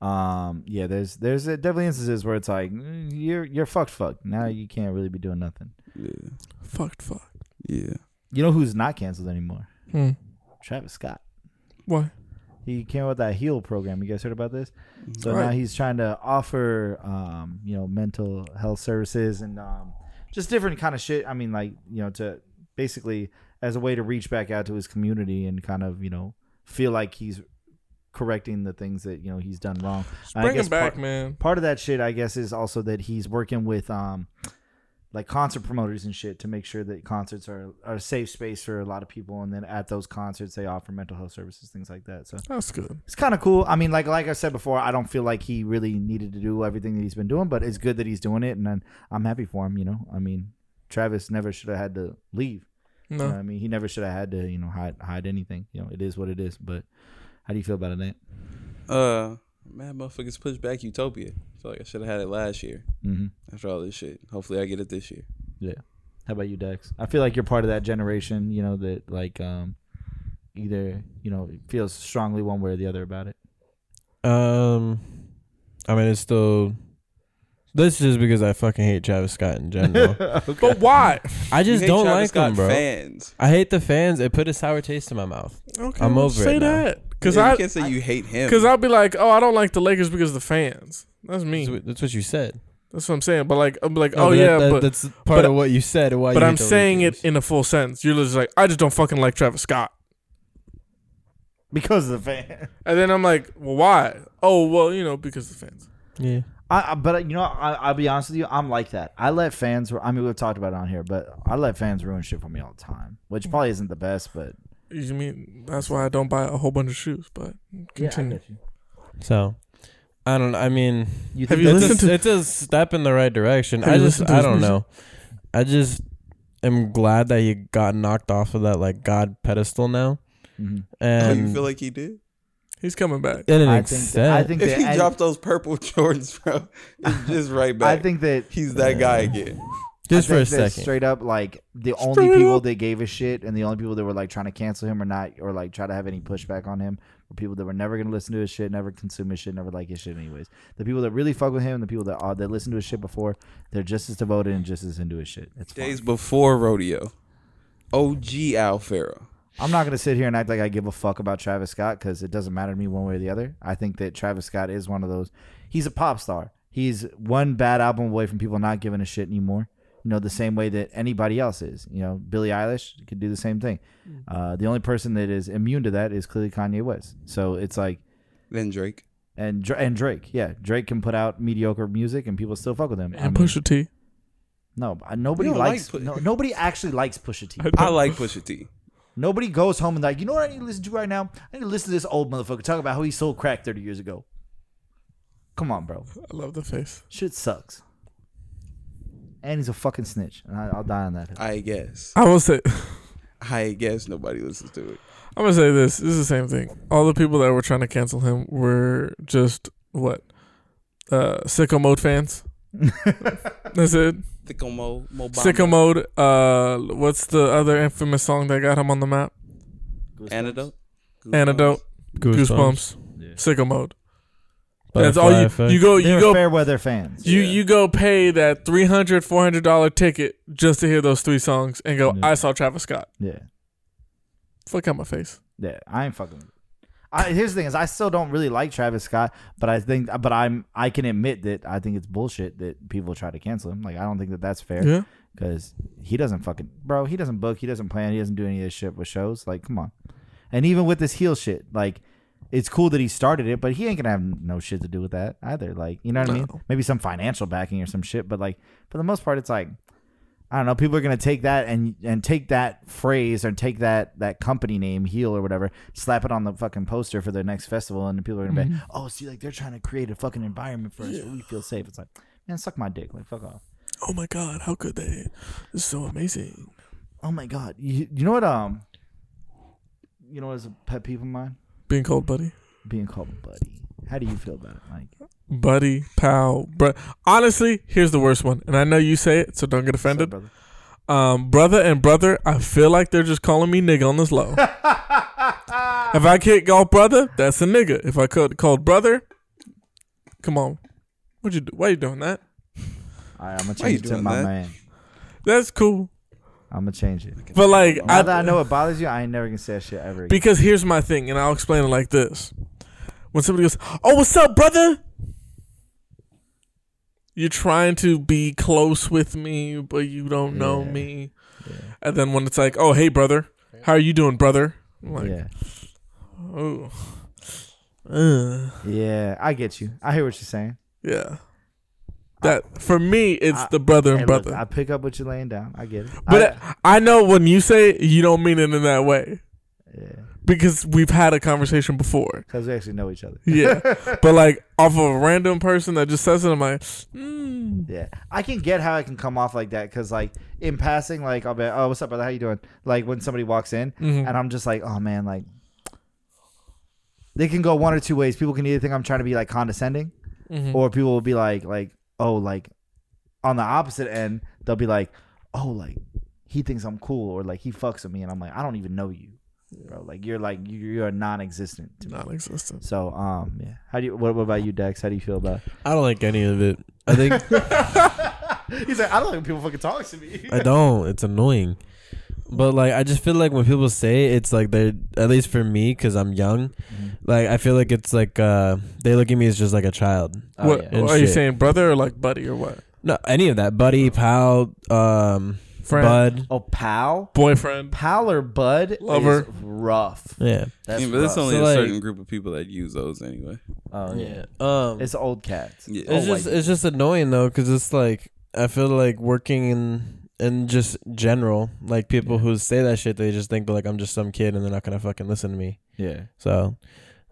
A: Um, yeah. There's there's uh, definitely instances where it's like mm, you're you're fucked, fucked. Now you can't really be doing nothing.
E: yeah,
B: Fucked fuck.
E: yeah.
A: You know who's not canceled anymore?
B: Hmm.
A: Travis Scott.
B: Why?
A: He came out with that heal program. You guys heard about this? So
B: Right.
A: now he's trying to offer, um, you know, mental health services and um, just different kind of shit. I mean, like you know, to basically as a way to reach back out to his community and kind of you know feel like he's correcting the things that you know he's done wrong. I
B: Bring
A: guess
B: him back,
A: part-
B: man.
A: Part of that shit, I guess, is also that he's working with um, like concert promoters and shit to make sure that concerts are, are a safe space for a lot of people and then at those concerts they offer mental health services things like that so
B: That's good.
A: it's kind of cool i mean like like i said before i don't feel like he really needed to do everything that he's been doing but it's good that he's doing it and i'm, I'm happy for him you know i mean travis never should have had to leave
B: No.
A: you know what I mean, he never should have had to, you know, hide hide anything. You know, it is what it is. But how do you feel about it, Nate?
E: Uh, mad motherfuckers push back Utopia. I feel like I should have had it last year.
A: Mm-hmm.
E: After all this shit, hopefully I get it this year.
A: Yeah. How about you, Dex? I feel like you're part of that generation, you know, that like um either you know feels strongly one way or the other about it.
C: Um, I mean, it's still. This is just because I fucking hate Travis Scott in general.
B: But why?
C: I just
E: You hate
C: don't
E: Travis
C: like
E: Scott
C: him, bro.
E: Fans.
C: I hate the fans. It put a sour taste in my mouth.
B: Okay,
C: I'm
B: well,
C: over
B: say
C: it now.
B: that because
E: Yeah, you
B: I
E: can't say you hate him.
B: because I'll be like, oh, I don't like the Lakers because of the fans. That's
C: That's
B: me.
C: what, that's what you said.
B: That's what I'm saying. But like, I'm like,
C: No,
B: oh
C: that-
B: yeah,
C: that-
B: but
C: that's part
B: but-
C: of what you said. Why?
B: but
C: you
B: I'm
C: don't
B: saying
C: like
B: it in a full sense. You're just like, I just don't fucking like Travis Scott.
A: Because of the fan.
B: And then I'm like, well, why? Oh, well, you know, because of the fans.
C: Yeah.
A: I, I but uh, you know, I, I'll be honest with you, I'm like that. I let fans. I mean, we've talked about it on here, but I let fans ruin shit for me all the time, which probably isn't the best, but
B: You mean that's why I don't buy a whole bunch of shoes? But continue.
A: you.
C: So, I don't. I mean,
A: You
B: Have
A: think
B: you
A: that
C: it's
B: listened
C: a,
B: to-
C: it's a step in the right direction.
B: Have
C: I
B: you
C: just.
B: listened to
C: I
B: his
C: don't
B: music?
C: know. I just am glad that he got knocked off of that like God pedestal now,
A: Mhm.
E: Oh,
C: and
E: you feel like he did?
B: He's coming back.
C: in an
A: I think
C: extent,
A: that, I think
E: If
A: that
E: he
A: I-
E: dropped those purple Jordans, bro, it's just right
A: I
E: back.
A: think that
E: he's that guy again.
C: just
A: I
C: for a
A: think that
C: second.
A: Straight up, like the only
B: Straight
A: people
B: up.
A: that gave a shit and the only people that were like trying to cancel him or not or like try to have any pushback on him were people that were never gonna listen to his shit, never consume his shit, never like his shit anyways. The people that really fuck with him, the people that uh, that listen to his shit before, they're just as devoted and just as into his shit. It's fine.
E: Days before rodeo, OG Al Farrow.
A: I'm not gonna sit here and act like I give a fuck about Travis Scott because it doesn't matter to me one way or the other. I think that Travis Scott is one of those. He's a pop star. He's one bad album away from people not giving a shit anymore. You know, the same way that anybody else is. You know, Billie Eilish could do the same thing. Uh, the only person that is immune to that is clearly Kanye West. So it's like,
E: Then Drake.
A: and Dra- and Drake, yeah, Drake can put out mediocre music and people still fuck with him. I mean,
B: And Pusha T.
A: no, I- nobody
E: You don't
A: likes
E: like Pu-
A: no, nobody actually likes Pusha T.
E: I like Pusha T.
A: Nobody goes home and like, you know what I need to listen to right now? I need to listen to this old motherfucker talk about how he sold crack 30 years ago. Come on, bro.
B: I love the face.
A: Shit sucks. And he's a fucking snitch. And I, I'll die on that. hill.
E: I guess.
B: I will say,
E: I guess nobody listens to it.
B: I'm gonna say this. This is the same thing. All the people that were trying to cancel him were just what, uh, sicko mode fans. That's it.
E: Sicko Mo, Mo Bamba.
B: Sicko mode. Uh, what's the other infamous song that got him on the map?
E: Antidote.
B: Antidote. Goosebumps.
A: Yeah.
B: Sicko mode. That's all you.
C: Butterfly
B: Oh, You go.
A: They're
B: You go.
A: fair weather fans.
B: You you go pay that $300, $400 ticket just to hear those three songs and go,
A: Yeah.
B: I saw Travis Scott.
A: Yeah.
B: Fuck out my face.
A: Yeah. I ain't fucking with it. I, here's the thing is I still don't really like Travis Scott, but I think but I'm I can admit that I think it's bullshit that people try to cancel him. Like I don't think that that's fair.
B: Yeah.
A: because he doesn't fucking bro. He doesn't book. He doesn't plan. He doesn't do any of this shit with shows. Like, come on. And even with this heel shit, like, it's cool that he started it, but he ain't gonna have no shit to do with that either. Like, you know what I mean?
B: No.
A: Maybe some financial backing or some shit, but like for the most part, it's like I don't know. People are gonna take that and and take that phrase or take that that company name, heel or whatever, slap it on the fucking poster for their next festival, and then people are gonna be, like, oh, see, like they're trying to create a fucking environment for us where we feel safe. It's like, man, suck my dick, like fuck off.
B: Oh my God, how could they? This is so amazing.
A: Oh my god. You, you know what um you know what is a pet peeve of mine?
B: Being called buddy.
A: Being called a buddy. How do you feel about it, Mike?
B: Buddy, pal, bro. Honestly, here's the worst one. And I know you say it, so don't get offended.
A: brother?
B: um, brother and brother, I feel like they're just calling me nigga on this low. if I can't call brother, that's a nigga. If I could called brother, come on. What you do? Why you doing that?
A: Alright, I'm gonna
E: you
A: change it to
E: doing
A: my
E: that?
A: man.
B: That's cool.
A: I'm gonna change it.
B: But like
A: Now that I know what bothers you, I ain't never gonna say that shit ever again.
B: Because here's my thing, and I'll explain it like this: When somebody goes, "Oh, what's up, brother?" You're trying to be close with me, but you don't know
A: Yeah.
B: me. And then when it's like, "Oh, hey, brother, how are you doing, brother?" I'm like,
A: yeah.
B: "Oh, uh,
A: Yeah, I get you. I hear what you're saying.
B: yeah." That for me, it's the brother and
A: Hey, look,
B: brother.
A: I pick up what you're laying down. I get it.
B: but uh,
A: I-
B: I, know when you say it, you don't mean it in that way
A: yeah,
B: because we've had a conversation before.
A: because we actually know each other.
B: Yeah, but like off of a random person that just says it, I'm like, mm.
A: Yeah, I can get how I can come off like that because, like, in passing, like, I'll be, like, oh, what's up, brother? How you doing? Like, when somebody walks in,
B: Mm-hmm.
A: and I'm just like, oh man, like, they can go one or two ways. People can either think I'm trying to be like condescending,
B: Mm-hmm.
A: or people will be like, like, oh, like, on the opposite end, they'll be like, oh, like, he thinks I'm cool, or like he fucks with me, and I'm like, I don't even know you, bro. Like, you're like you- you're non-existent to me.
B: non-existent.
A: So, um, yeah. How do you? What, what about you, Dex? How do you feel about?
C: I don't like any of it. I think
A: He's like, I don't like when people fucking talk to me.
C: I don't. It's annoying. But like, I just feel like when people say it, it's like they're at least for me because I'm young.
A: Mm-hmm.
C: Like, I feel like it's like uh they look at me as just like a child.
A: Uh, Oh,
B: what
C: yeah.
B: are you
C: Shit.
B: saying, brother or like buddy or what?
C: No, any of that, buddy, pal, um,
B: Friend,
C: bud.
A: Oh, pal,
B: boyfriend.
A: pal or bud,
B: Lover.
A: is rough.
C: Yeah.
A: That's
E: Yeah, but it's
A: rough.
E: only
C: So,
E: a
C: like-
E: certain group of people that use those anyway.
A: Oh, yeah.
C: Um,
A: It's old cats.
E: Yeah.
C: it's
A: Oh,
C: just
A: like-
C: it's just annoying though because it's like i feel like working in in just general like people who say that shit they just think like i'm just some kid and they're not gonna fucking listen to me
A: Yeah.
C: so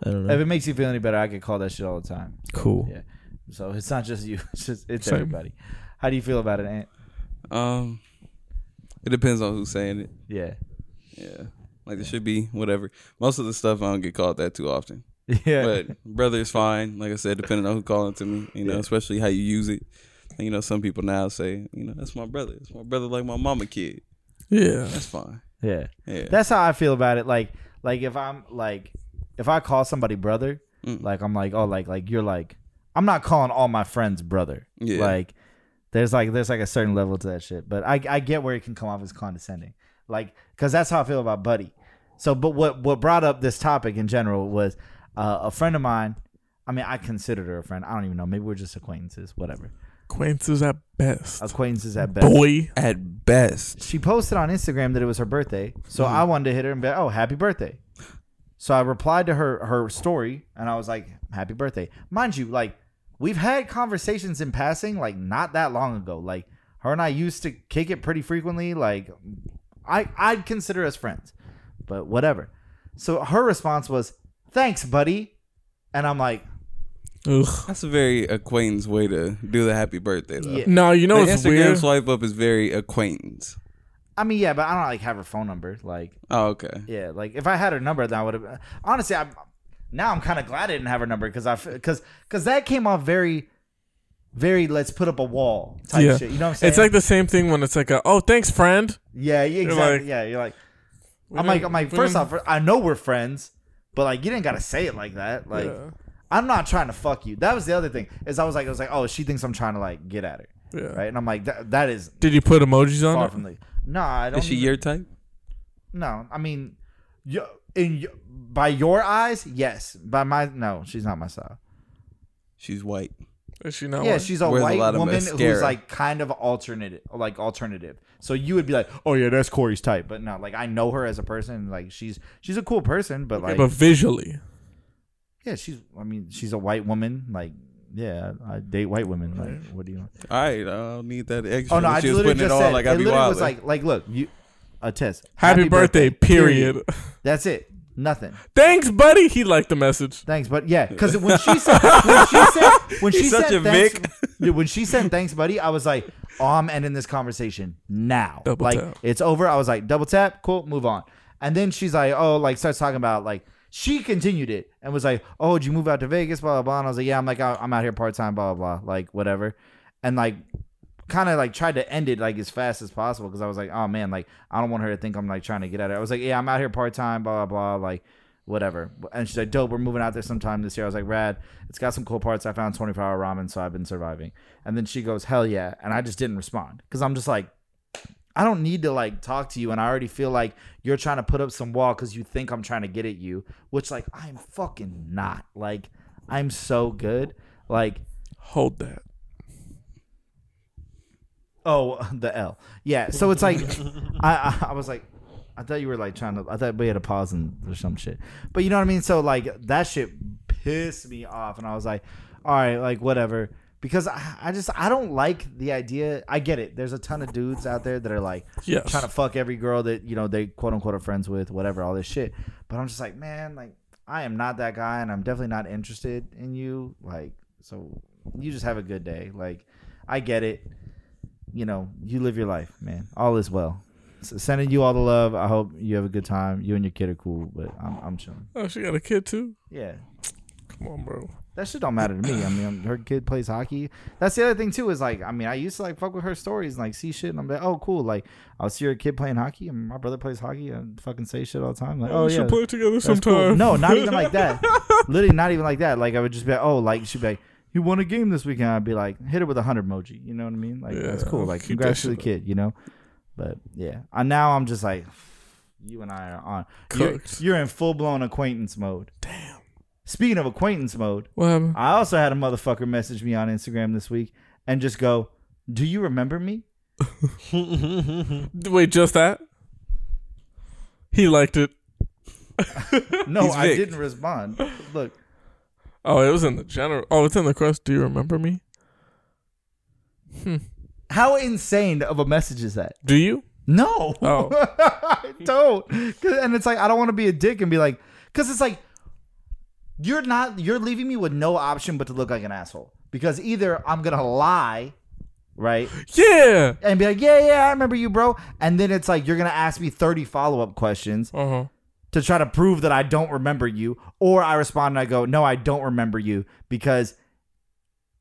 C: i don't know
A: If it makes you feel any better, I could call that shit all the time.
C: cool
A: Yeah. So it's not just you. It's just it's
B: Same.
A: everybody. How do you feel about it, Aunt?
E: Um, it depends on who's saying it.
A: Yeah.
E: Yeah, like it should be whatever. Most of the stuff I don't get called that too often.
A: Yeah.
E: But brother is fine. Like I said, depending on who calling to me, you know, especially how you use it. And, you know, some people now say, you know, that's my brother. It's my brother like my mama kid.
B: Yeah,
E: That's fine.
A: yeah.
E: Yeah.
A: That's how I feel about it. Like like if I'm like if I call somebody brother,
E: Mm.
A: like I'm like, oh like like you're like I'm not calling all my friends brother.
E: Yeah.
A: Like there's like there's like a certain level to that shit. But I I get where it can come off as condescending. Like cuz that's how I feel about buddy. So but what what brought up this topic in general was uh, a friend of mine I mean, I considered her a friend. I don't even know. Maybe we're just acquaintances, whatever.
B: acquaintances at best.
A: Acquaintances at best.
B: Boy,
E: At best.
A: she posted on Instagram that it was her birthday, so I wanted to hit her and be like, "Oh, happy birthday!" So I replied to her her story, and I was like, "Happy birthday!" Mind you, like we've had conversations in passing, like not that long ago. Like her and I used to kick it pretty frequently. Like I I'd consider us friends, but whatever. So her response was, "Thanks, buddy," and I'm like,
B: Ugh.
E: That's a very acquaintance way to do the happy birthday, though.
A: Yeah.
B: no, you know
E: the
B: it's
E: Instagram
B: weird.
E: swipe up is very acquaintance.
A: "I mean, yeah, but I don't like have her phone number, like."
E: Oh, okay.
A: Yeah, like if I had her number, then I would have. Honestly, I'm now I'm kind of glad I didn't have her number because I because because that came off very, very let's put up a wall type
B: Yeah.
A: shit. You know what I'm saying?
B: It's like the same thing when it's like, a, oh, thanks, friend.
A: yeah, yeah, exactly.
B: like-
A: yeah, you're like
B: We
A: I'm like
B: didn't-
A: I'm like
B: we
A: first
B: didn't-
A: off, I know we're friends, but like you didn't gotta say it like that. Like
B: Yeah.
A: I'm not trying to fuck you. That was the other thing is I was like I was like oh she thinks I'm trying to like get at her
B: Yeah.
A: right and I'm like that that is
B: Did you put emojis on
A: far
B: it?
A: from the no I don't
E: Is she
A: even-
E: your type?
A: No, I mean, you, in y- by your eyes, yes. By my no, she's not my style.
E: She's white.
B: Is she not?
A: yeah,
B: one?
A: she's a
E: Wears a
A: white
E: lot of
A: woman who's
E: mascara.
A: like kind of alternative, like alternative. So you would be like, oh yeah, that's Corey's type, but no, like I know her as a person. Like she's she's a cool person, but like
B: but visually,
A: yeah, she's. I mean, she's a white woman. Like yeah, I date white women. Like what do you?
E: All right, I don't need that extra.
A: Oh no, I
E: she was
A: literally
E: putting
A: just
E: it all
A: said
E: like
A: it
E: I be
A: literally was
E: wild.
A: like like look you a test.
B: happy, birthday, period.
A: That's it. Nothing.
B: Thanks, buddy. He liked the message.
A: Thanks, but yeah, because when she said when she said when she
E: He's
A: said
E: such a
A: thanks, dude, when she said thanks, buddy, I was like, oh, I'm ending this conversation now.
B: Double
A: like
B: tap.
A: it's over. I was like, double tap, cool, move on. And then she's like, oh, like starts talking about like she continued it and was like, oh, did you move out to Vegas, blah blah blah. And I was like, yeah, I'm like I- I'm out here part time, blah blah blah, like whatever. And like kind of like tried to end it like as fast as possible because I was like, oh man, like I don't want her to think I'm like trying to get at her. I was like, yeah, I'm out here part time, blah blah blah, like whatever. And she's like, dope, we're moving out there sometime this year. I was like, rad, it's got some cool parts. I found 24 hour ramen, so I've been surviving. And then she goes, hell yeah, and I just didn't respond because I'm just like. I don't need to like talk to you, and I already feel like you're trying to put up some wall because you think I'm trying to get at you, which like I'm fucking not. Like I'm so good. Like
B: Hold that.
A: Oh, the L. Yeah. So it's like, I, I I was like, I thought you were like trying to. I thought we had a pause and or some shit. But you know what I mean. So like that shit pissed me off, and I was like, all right, like whatever. because I, I just I don't like the idea. I get it. There's a ton of dudes out there that are like
B: Yes.
A: trying to fuck every girl that you know they quote unquote are friends with, whatever, all this shit. But I'm just like, man, like I am not that guy, and I'm definitely not interested in you. Like, so you just have a good day. Like, I get it. You know, you live your life, man. All is well. So sending you all the love. I hope you have a good time. You and your kid are cool, but I'm I'm chilling.
B: Oh, she got a kid too.
A: Yeah.
B: Come on, bro.
A: That shit don't matter to me. I mean, her kid plays hockey. That's the other thing too. Is like, I mean, I used to like fuck with her stories and like see shit, and I'm like, oh cool. Like, I'll see her kid playing hockey, and my brother plays hockey, and fucking say shit all the time. Like, oh
B: we
A: yeah,
B: should play together
A: that's cool.
B: sometime.
A: No, not even like that. Literally, not even like that. Like, I would just be like, oh, like she'd be like, you won a game this weekend. I'd be like, hit her with a hundred emoji. You know what I mean? Like, that's
B: Yeah,
A: cool. Like,
B: keep that
A: congrats to the
B: shit up.
A: kid. You know. But yeah, I now I'm just like, you and I are on. You're,
B: Cooked.
A: you're in full blown acquaintance mode. Damn. Speaking of acquaintance mode.
B: What happened?
A: I also had a motherfucker message me on Instagram this week and just go, "Do you remember me?" uh,
B: D- Wait, just that? He liked it.
A: No,
E: He's
A: I
E: Vic.
A: didn't respond. Look,
B: Oh, it was in the general. Oh, it's in the crust. Do you remember me?
A: how insane of a message is that?
B: Do you?
A: No,
B: Oh.
A: I don't. 'Cause- And it's like I don't want to be a dick and be like, because it's like you're not, you're leaving me with no option but to look like an asshole. Because either I'm gonna lie, right,
B: Yeah.
A: and be like, yeah, yeah, I remember you, bro, and then it's like you're gonna ask me thirty follow up questions,
B: Uh huh.
A: to try to prove that I don't remember you, or I respond and I go, "No, I don't remember you," because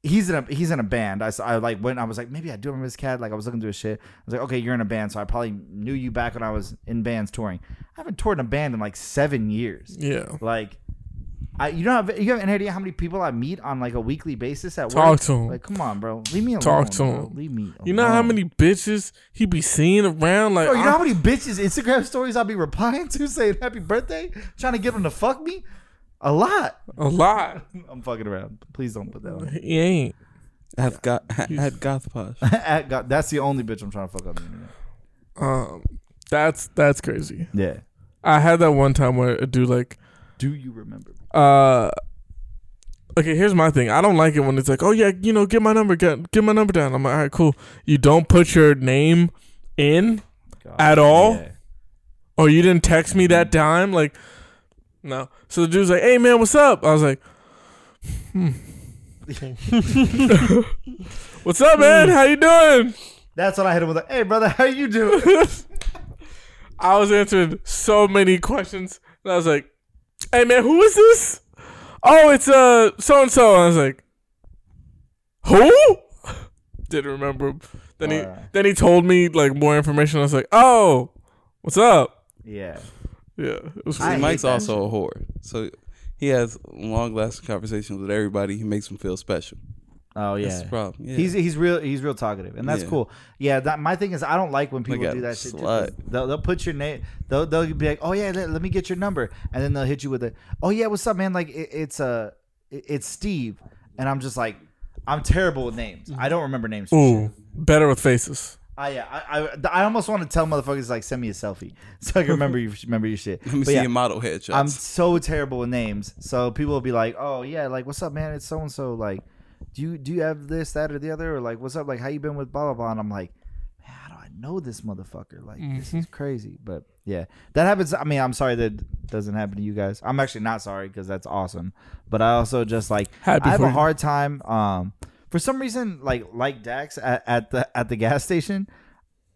A: he's in a he's in a band. I, s- I like went. I was like, maybe I do remember this cat. Like I was looking through his shit. I was like, okay, you're in a band, so I probably knew you back when I was in bands touring. I haven't toured in a band in like seven years.
B: Yeah.
A: Like, I you don't have you have any idea how many people I meet on like a weekly basis at
B: Talk
A: work.
B: to 'em.
A: Like, come on, bro, leave me alone.
B: Talk to
A: bro.
B: 'em.
A: Leave me.
B: You know how
A: alone.
B: many bitches he be seeing around? Like,
A: Bro, Oh, you know how
B: I'm-
A: many bitches Instagram stories I'll be replying to saying happy birthday, trying to get them to fuck me? A lot.
B: a lot.
A: I'm fucking around. Please don't put that on.
B: He ain't.
E: At got at goth posh.
A: At God- That's the only bitch I'm trying to fuck up.
B: Um, that's that's crazy.
A: Yeah.
B: I had that one time where a dude like
A: Do you remember me?
B: uh okay here's my thing i don't like it when it's like oh yeah you know get my number get, get my number down i'm like all right cool you don't put your name in
A: God,
B: at all
A: yeah.
B: or you didn't text me that time like no so the dude's like hey man what's up i was like hmm. what's up man how you doing
A: That's what I hit him with. Like, hey, brother, how you doing?
B: I was answering so many questions. And I was like, hey man, who is this? Oh, it's uh so and so. I was like, who? Didn't remember. him. Then he
A: Alright.
B: then he told me like more information. I was like, oh, what's up?
A: yeah.
B: Yeah, it was
A: I
B: weird.
E: Mike's
A: hate that.
E: also a whore, so he has long-lasting conversations with everybody. He makes them feel special.
A: Oh, yeah.
E: That's the problem. Yeah.
A: He's he's real he's real talkative and that's
E: Yeah.
A: cool. Yeah, that my thing is I don't like when people
E: Like a
A: do that shit. too,
E: slut.
A: 'cause They'll, they'll put your name. They'll they'll be like, oh yeah, let, let me get your number, and then they'll hit you with a, oh yeah, what's up, man? Like it, it's uh, it- it's Steve, and I'm just like, I'm terrible with names.
E: Mm-hmm.
A: I don't remember names. for shit.
B: Ooh, better with faces.
A: I yeah, I, I I almost want to tell motherfuckers like send me a selfie so I can remember you remember your shit.
E: Let me
A: But
E: see
A: yeah,
E: your model headshots.
A: I'm so terrible with names. So people will be like, "Oh yeah, like what's up, man? It's so and so. Like, do you do you have this, that, or the other? Or like, what's up? Like, how you been with blah blah blah?" And I'm like, "Man, how do I know this motherfucker? Like, this
B: Mm-hmm.
A: is crazy." But yeah, that happens. I mean, I'm sorry that doesn't happen to you guys. I'm actually not sorry because that's awesome. But I also just like
B: Happy
A: I have
B: for
A: a
B: you.
A: hard time. Um, for some reason, like like Dax at, at the at the gas station.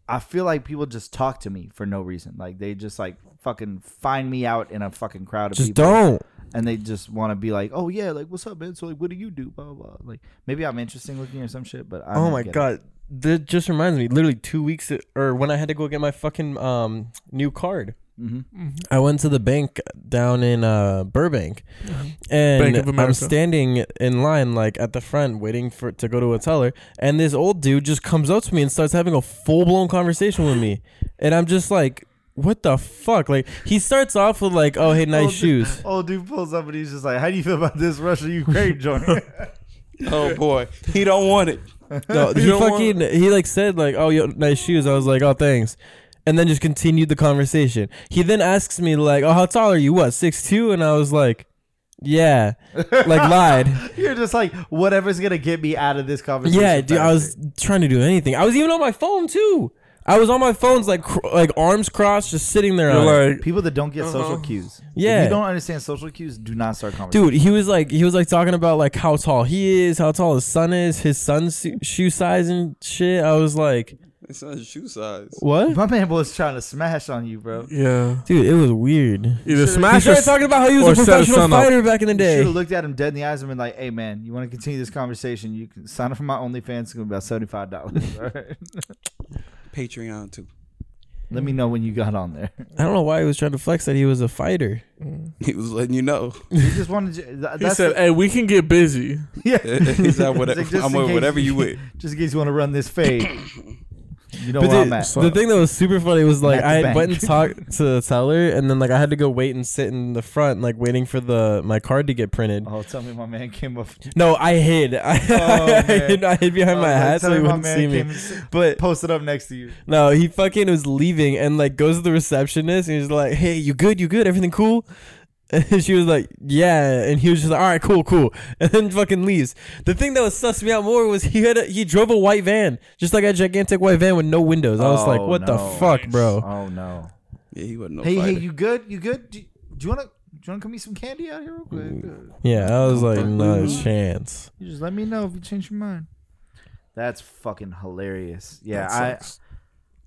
A: I feel like people just talk to me for no reason. Like they just like fucking find me out in a fucking crowd of
C: Just
A: people,
C: don't.
A: and they just want to be like, "Oh yeah, like what's up, man? So like, what do you do? Blah blah." blah. Like maybe I'm interesting looking or some shit, but I
C: oh
A: don't
C: my
A: get it.
C: god, that just reminds me. Literally two weeks a- or when I had to go get my fucking um new card.
A: Mhm.
C: I went to the bank down in uh, Burbank, and
B: Mm-hmm. Bank of
C: I'm
B: America.
C: standing in line like at the front waiting for to go to a teller, and this old dude just comes up to me and starts having a full blown conversation with me, and I'm just like, what the fuck? Like he starts off with like, oh hey, nice
A: dude.
C: shoes.
A: Old dude pulls up and he's just like, "How do you feel about this Russia Ukraine joint?"
E: oh boy, he don't want it.
C: No, he
B: don't want-
C: fucking he like said like, "Oh, yo, nice shoes." I was like, "Oh, thanks," and then just continued the conversation. He then asks me like, "Oh, how tall are you? What, six two? And I was like, Yeah, like lied.
A: You're just like whatever's gonna get me out of this conversation.
C: Yeah, dude, I was
A: faster.
C: trying to do anything. I was even on my phone too. I was on my phones like cr- like arms crossed, just sitting there. on it.
B: You're like,
A: people that don't get social
B: Uh-huh.
A: cues. if
C: Yeah.
A: you don't understand social cues. Do not start conversations.
C: dude, he was like he was like talking about like how tall he is, how tall his son is, his son's su- shoe size and shit. I was like,
E: It's not shoe size.
C: what?
A: my man was trying to smash on you, bro. You
B: yeah.
C: Dude, it was weird.
B: Either
C: He
B: smash or
C: started talking about how he
B: or
C: was a
B: set his
C: professional
B: son up.
C: fighter back in the
A: should
C: day.
A: have looked at him dead in the eyes and been like, "Hey, man, you want to continue this conversation? You can sign up for my OnlyFans. It's gonna be about seventy five dollars.
E: Patreon too.
A: Let me know when you got on there.
C: I don't know why he was trying to flex that he was a fighter.
E: He was letting you know.
A: He just wanted. To, th-
B: He
A: that's
B: said, "Hey, we can get busy."
A: yeah.
E: He's like, "Whate-
A: It's just
E: I'm
A: in
E: with
A: case
E: whatever you with.
A: Just in case you want to run this fade, you know
C: But
A: where
C: the,
A: I'm at.
C: the thing that was super funny was like
A: At the
C: I
A: bank.
C: had went and talked to the teller, and then like I had to go wait and sit in the front, like waiting for the my card to get printed.
A: Oh, tell me my man came up.
C: No, I hid. I, I, hid, I hid behind
A: Oh,
C: my
A: like,
C: hat
A: tell
C: so he
A: me my
C: wouldn't
A: man
C: see
A: came
C: me.
A: and s-
C: But
A: Posted up next to you.
C: no, he fucking was leaving and like goes to the receptionist and he's like, "Hey, you good? You good? Everything cool?" And she was like, "Yeah," and he was just like, "All right, cool, cool," and then fucking leaves. The thing that was sussed me out more was he had a, he drove a white van, just like a gigantic white van with no windows. I was like,
A: Oh,
C: "What the
A: no.
C: fuck, bro?"
A: Oh no.
E: Yeah, he wasn't no
A: hey,
E: fighter.
A: hey, you good? You good? Do, do you wanna do you wanna come eat some candy out here real quick? Uh,
C: Yeah, I was like, "No
E: Mhm.
C: chance."
A: You just let me know if you change your mind. That's fucking hilarious. Yeah,
B: That
A: I
B: sucks.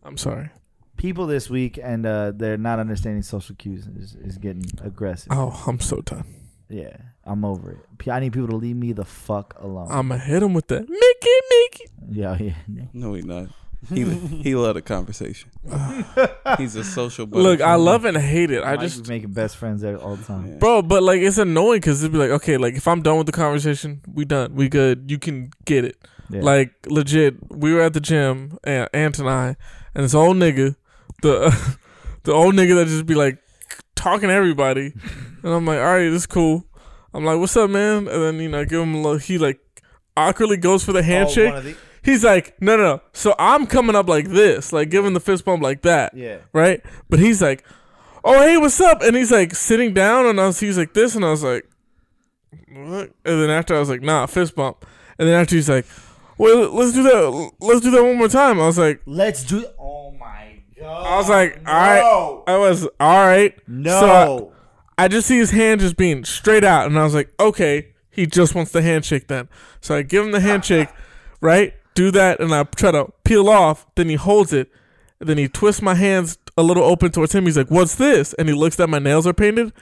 B: I'm sorry.
A: people this week and uh, they're not understanding social cues is, is getting aggressive.
B: Oh, I'm so done.
A: Yeah, I'm over it. P- I need people to leave me the fuck alone.
B: I'ma hit him with that Mickey,
A: yeah, yeah.
E: No, he not. He he loved a conversation.
B: Mickey.
E: He's a social.
B: Look, I
E: butterfly.
B: love and hate it. I
A: Mike
B: just
A: be making best friends there all the time.
E: Yeah.
B: Bro, but like it's annoying because it'd be like, okay, like if I'm done with the conversation, we done, we good. You can get it.
A: Yeah.
B: Like legit, we were at the gym, and Ant and I, and this old nigga, the the old nigga that just be like talking to everybody, and I'm like, all right, this is cool. I'm like, what's up, man? And then you know, I give him a little. He like awkwardly goes for the
A: Oh,
B: handshake. He's like, no, no, no. So I'm coming up like this, like giving the fist bump like that
A: yeah.
B: right? But he's like, "Oh, hey, what's up?" And he's like sitting down, and I was he's like this, and I was like, "What?" And then after I was like, "Nah, fist bump." And then after he's like, "Well, let's do that. Let's do that one more time." I was like,
A: Let's do. Oh my god.
B: I was like, "All right." I was all right.
A: No.
B: So I just see his hand just being straight out, and I was like, okay, he just wants the handshake then. So I give him the handshake, right? Do that, and I try to peel off. Then he holds it, and then he twists my hands a little open towards him. He's like, "What's this?" And he looks that my nails are painted,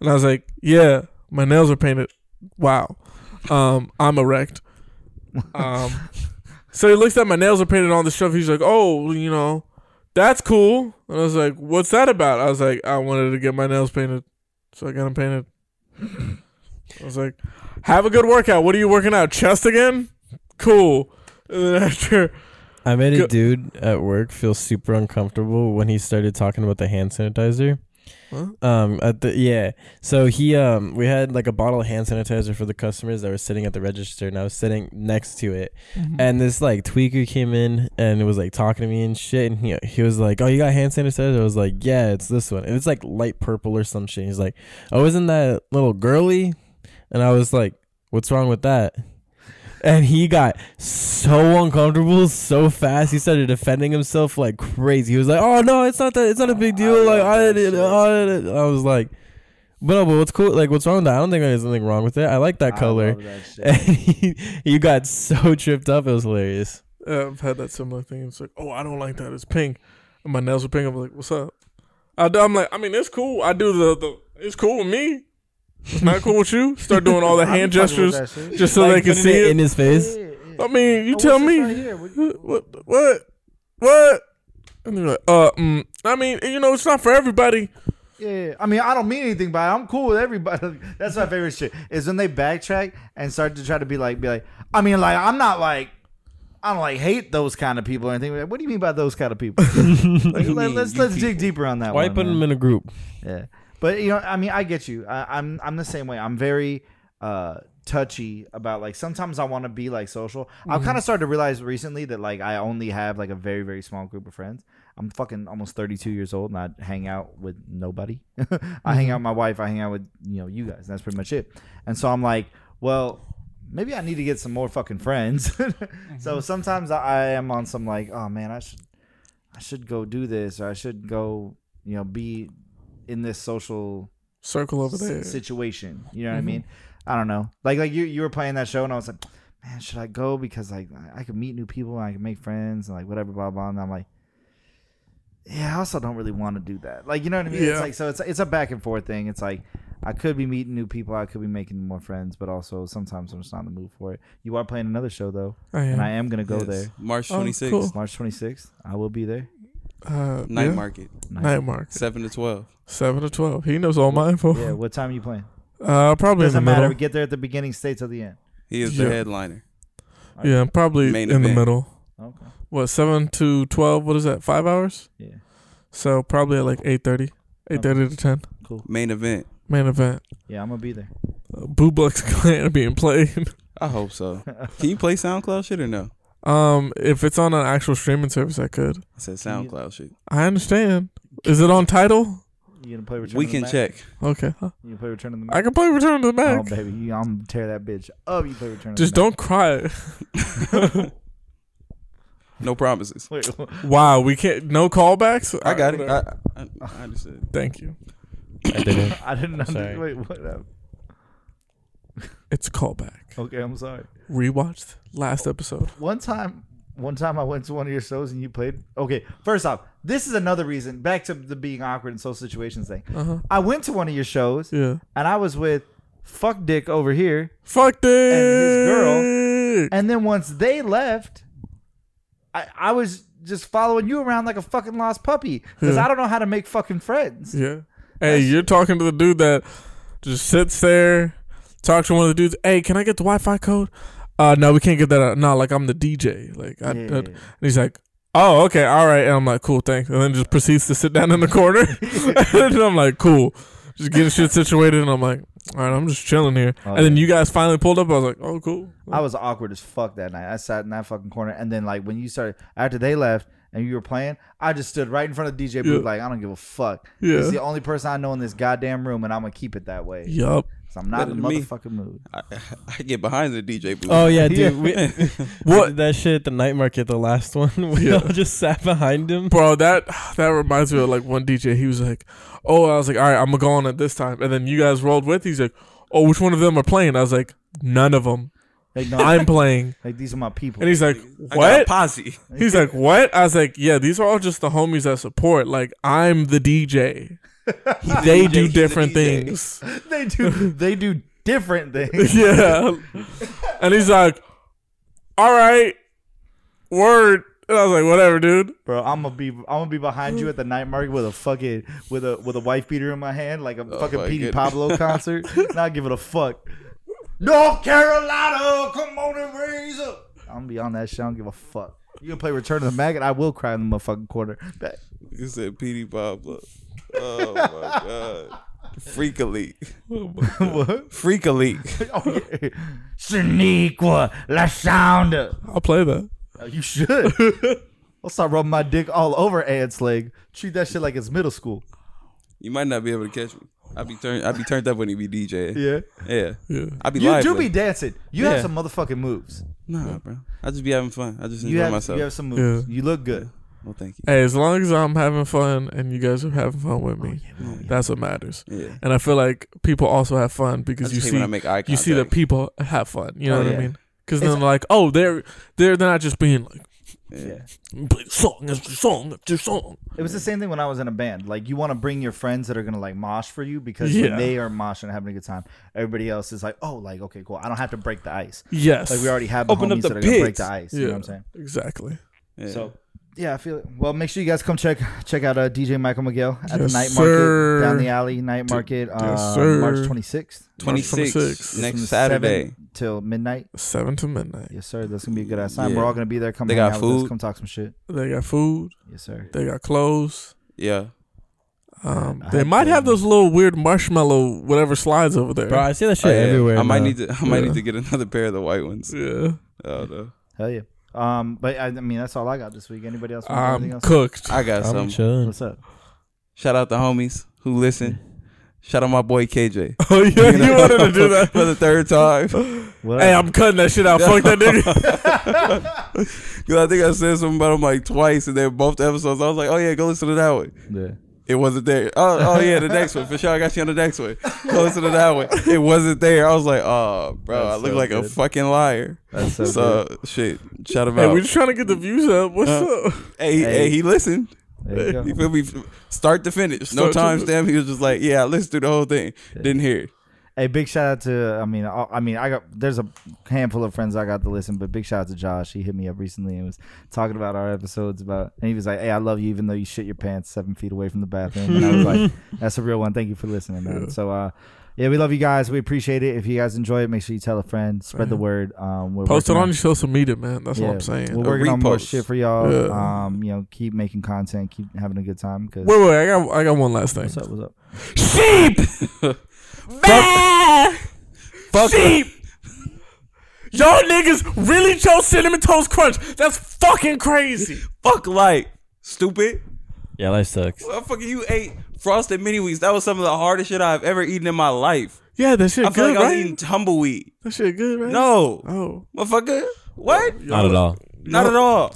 B: and I was like, "Yeah, my nails are painted. Wow, um, I'm erect." Um, so he looks at my nails are painted on the stuff. He's like, "Oh, you know." That's cool. And I was like, "What's that about?" I was like, "I wanted to get my nails painted." So I got him painted. I was like, have a good workout. What are you working out? Chest again? Cool. And then after,
C: I made
B: Go-
C: a dude at work feel super uncomfortable when he started talking about the hand sanitizer.
B: Huh?
C: Um, at the yeah, so he um, we had like a bottle of hand sanitizer for the customers that were sitting at the register, and I was sitting next to it, and this like tweaker came in and was like talking to me and shit, and he he was like, "Oh, you got hand sanitizer?" I was like, "Yeah, it's this one," and it's like light purple or some shit. He's like, "Oh, isn't that little girly?" And I was like, "What's wrong with that?" And he got so uncomfortable so fast. He started defending himself like crazy. He was like, "Oh no, it's not that. It's not a big deal." like I did. I, did. I was like, "But no, but what's cool? Like what's wrong with that? I don't think there's anything wrong with it. I like that color." And he, he got so tripped up. It was hilarious.
B: uh, I've had that similar thing. It's like, oh, I don't like that. It's pink. And my nails are pink. I'm like, what's up? I do, I'm like, I mean, it's cool. I do the, the it's cool with me. It's not cool with you. Start doing all the hand gestures just so
C: Like,
B: they can
C: putting
B: see
C: it
B: it.
C: in his Oh, face.
B: I mean, you tell me. what what what and they're like uh mm, i mean you know it's not for everybody
A: Yeah, I mean, I don't mean anything by it. I'm cool with everybody. That's my favorite shit is when they backtrack and start to try to be like, be like, I mean, like, I'm not like, I don't like hate those kind of people or anything. Like, what do you mean by those kind of people? like, let, us let's dig deeper on that.
C: Why
A: one,
C: put
A: man.
C: him in a group?
A: Yeah, but you know, I mean, I get you. I, I'm I'm the same way. I'm very uh touchy about like sometimes I want to be like social. I've kind of started to realize recently that like I only have like a very very small group of friends. I'm fucking almost 32 years old and I hang out with nobody. I hang out with my wife, I hang out with, you know, you guys. And that's pretty much it. And so I'm like, well, maybe I need to get some more fucking friends. so sometimes I, I am on some like, oh man, I should I should go do this or I should go, you know, be in this social
B: Circle over
A: si-
B: there. Mm-hmm.
A: situation. You know what I mean? I don't know. Like like you you were playing that show and I was like, man, should I go because like I could meet new people and I can make friends and like whatever blah blah. And I'm like, yeah, I also don't really want to do that. Like you know what I mean? It's
B: Yeah.
A: like so it's it's a back and forth thing. It's like. I could be meeting new people. I could be making more friends, but also sometimes I'm just not in the mood for it. You are playing another show though,
B: I am.
A: and I am gonna go
E: Yes.
A: there
E: March
B: Oh,
E: 26th,
B: cool.
A: March 26th. I will be there.
B: uh,
E: night
B: yeah.
E: market,
B: Night mark.
E: 7 to 12.
B: 7 to 12. He knows all my info.
A: Yeah. What time are you playing?
B: Uh, probably in the
A: Doesn't matter.
B: middle.
A: We get there at the beginning. Stay till the end.
E: He is the
B: Yeah.
E: headliner.
B: Yeah, probably
E: Main
B: in the
E: event.
B: middle.
A: Okay.
B: What, 7 to 12? What is that? Five hours?
A: Yeah.
B: So probably at like 8.30. 8.30 to 10.
A: Cool.
E: Main event.
B: Main event.
A: Yeah, I'm gonna be there.
B: Uh, Boo Bucks Clan being played.
E: I hope so. Can you play SoundCloud shit or no?
B: Um, If it's on an actual streaming service, I could.
E: I said
A: Can you-
E: SoundCloud shit.
B: I understand. Is it on title?
A: You gonna play Return?
E: We
A: of the
E: can
A: Mac?
E: check.
B: Okay.
A: You gonna play Return of the
B: I
A: Mac?
B: can play Return to the
A: Oh
B: Mac.
A: baby, you, I'm gonna tear that bitch up. You play Return
B: Just
A: of
B: don't cry.
E: No promises.
A: the Mac. Wait,
B: Wow, we can't. No callbacks.
E: I
B: Alright,
E: got it.
B: whatever.
E: I, I, I understood.
B: Thank you.
C: I didn't.
A: I didn't. Under-
C: Sorry.
A: wait, what? Uh,
B: It's a callback.
A: Okay, I'm sorry.
B: Rewatched last episode.
A: One time, one time I went to one of your shows and you played. Okay, first off, this is another reason. Back to the being awkward in social situations thing.
B: Uh-huh.
A: I went to one of your shows
B: Yeah.
A: and I was with fuck dick over here,
B: Fuck this.
A: girl. and then once they left, I I was just following you around like a fucking lost puppy because
B: Yeah.
A: I don't know how to make fucking friends.
B: Yeah. Hey, you're talking to the dude that just sits there, talks to one of the dudes. Hey, can I get the Wi-Fi code? Uh, no, we can't get that. Out. No, like I'm the DJ. Like, I,
A: Yeah.
B: I- and he's like, oh, okay, all right. And I'm like, cool, thanks. And then just proceeds to sit down in the corner. and I'm like, cool. Just getting shit situated, and I'm like, all right, I'm just chilling here.
A: Oh,
B: and then
A: yeah.
B: you guys finally pulled up. I was like, oh, cool.
A: I was awkward as fuck that night. I sat in that fucking corner, and then like when you started after they left and you were playing, I just stood right in front of the DJ booth
B: Yeah.
A: like I don't give a fuck.
B: Yeah.
A: It's the only person I know in this goddamn room, and I'm gonna keep it that way.
B: Yup.
A: 'Cause I'm not in the
E: Better than me.
A: motherfucking mood.
E: I, I get behind the DJ booth.
C: Oh yeah, dude. We,
B: What?
C: what that shit at the night market, the last one. We
B: Yeah.
C: all just sat behind him.
B: Bro, that that reminds me of like one DJ. He was like, "Oh, I was like, all right, I'm gonna go on at this time." And then you guys rolled with. He's like, "Oh, which one of them are playing?" I was like, "None of them.
A: Like, no,
B: I'm playing."
A: like these are my people.
B: And he's like,
E: I got a
B: "What?"
E: posse.
B: He's like, "What?" I was like, "Yeah, these are all just the homies that support. Like, I'm the DJ. They do different things."
A: they do they do different things.
B: yeah. And he's like, "All right, word." And I was like, "Whatever, dude."
A: Bro, I'm gonna be I'm gonna be behind you at the night market with a fucking with a with a wife beater in my hand, like a fucking
E: Oh my
A: Petey
E: goodness.
A: Pablo concert. Not giving a fuck. North Carolina, come on and raise up. I'm gonna be on that shit. I don't give a fuck. You can play Return of the Maggot. I will cry in the motherfucking corner. But
E: You said PD Pablo. Oh my god. Freak a leak.
A: what?
E: Freak a leak.
A: Oh, yeah. Shaniqua, La Shonda.
B: I'll play that.
A: Oh, You should. I'll start rubbing my dick all over Ant's leg. Treat that shit like it's middle school.
E: You might not be able to catch me. I'd be turned I'd be turned up when he be DJing.
A: Yeah.
E: Yeah.
B: Yeah.
E: I'd be
A: You
E: live.
A: do be dancing. You
E: Yeah.
A: have some motherfucking moves.
E: Nah, bro. I just be having fun. I just enjoy
A: You have,
E: myself.
A: you have some moves. You look good.
E: Well thank you.
B: Hey, as long as I'm having fun and you guys are having fun with
E: Oh,
B: me, that's what matters.
E: Yeah.
B: And I feel like people also have fun
E: I
B: because
E: just
B: you
E: hate
B: see
E: when I make eye contact.
B: you see that people have fun. You know
A: Oh,
B: what
A: yeah.
B: I mean? Because then they're like, oh, they're they're they're not just being like,
E: Yeah.
B: play the song after song after song.
A: It was the same thing when I was in a band. Like you want to bring your friends that are gonna like mosh for you because when
B: Yeah.
A: they are moshing and having a good time, everybody else is like, oh, like okay, cool. I don't have to break the ice.
B: Yes,
A: Like we already have the
E: Open up
A: homies
E: the
A: that are gonna break
E: pits.
A: the ice. You know what I'm saying?
B: exactly.
E: Yeah.
A: So yeah, I feel it. Well, make sure you guys come check check out uh, DJ Michael Miguel at the
B: Yes,
A: night market
B: sir.
A: down the alley night market uh,
B: sir.
A: March 26th.
E: twenty
B: 26th,
E: six next
A: from
E: Saturday.
A: 7 till midnight.
B: Seven to midnight.
A: Yes, sir. That's gonna be a good ass time.
E: Yeah.
A: We're all gonna be there. Come
E: They
A: hang
E: got
A: out with us.
E: food.
A: Come talk some shit.
B: They got food.
A: Yes, sir.
B: They got clothes.
E: Yeah.
B: Um, they might have those little weird marshmallow whatever slides over there.
C: Bro, I see that shit
E: Oh, yeah.
C: everywhere.
E: I might
C: now.
E: need to. I might
B: Yeah.
E: need to get another pair of the white ones.
B: Yeah,
E: Oh no,
A: Hell yeah. Um, but I, I mean, that's all I got this week. Anybody else? want anything
B: I'm
A: else?
B: cooked.
E: I got
C: I'm
E: some.
C: chilling.
A: What's up?
E: Shout out the homies who listen. Shout out my boy KJ.
B: Oh yeah, you wanted to do that.
E: for the third time.
A: What?
B: Hey, I'm cutting that shit out. Fuck that nigga.
E: Cause I think I said something about him like twice, and then both episodes I was like, "Oh yeah, go listen to that one."
A: yeah.
E: It wasn't there. Oh, oh yeah, the next one for sure. I got you on the next one. Go listen to that one. It wasn't there. I was like, "Oh, bro,
A: That's
E: I look
A: so
E: like a
A: good.
E: fucking liar."
A: That's so
E: So, shit, shout him
B: Hey,
E: out.
B: we just trying to get the views up. What's
E: Uh,
B: up?
E: hey, hey,
A: Hey.
E: he listened.
A: good. There you go.
E: You feel me? Start to finish. No
B: Start to finish.
E: timestamp. He was just like, "Yeah, I listened to the whole thing. Didn't hear." It.
A: Hey, big shout out to I mean I, I mean I got there's a handful of friends I got to listen, but big shout out to Josh. He hit me up recently and was talking about our episodes about and he was like, "Hey, I love you even though you shit your pants seven feet away from the bathroom." And I was like, "That's a real one. Thank you for listening, man." So uh, yeah, we love you guys. We appreciate it. If you guys enjoy it, make sure you tell a friend, spread the word. Um, we're
B: Post it
A: working
B: on your social media, man. That's
A: yeah,
B: what I'm saying.
A: We're
E: A
A: working on more
E: repost.
A: shit for y'all.
B: Yeah.
A: Um, you know, keep making content, keep having a good time. Cause
B: Wait, wait, I got, I got one last thing.
A: what's up? What's up?
B: Sheep. Bah! Sheep. Y'all niggas really chose cinnamon toast crunch. That's fucking crazy.
E: Fuck like stupid.
C: Yeah, life sucks.
E: Motherfucker, you ate frosted mini wheats. That was some of the hardest shit I've ever eaten in my life.
B: Yeah, that shit
E: I feel
B: good,
E: like I was
B: right?
E: eating tumbleweed.
B: that shit good, right?
E: No,
B: Oh,
E: motherfucker, what?
C: Not at all.
E: Not at all.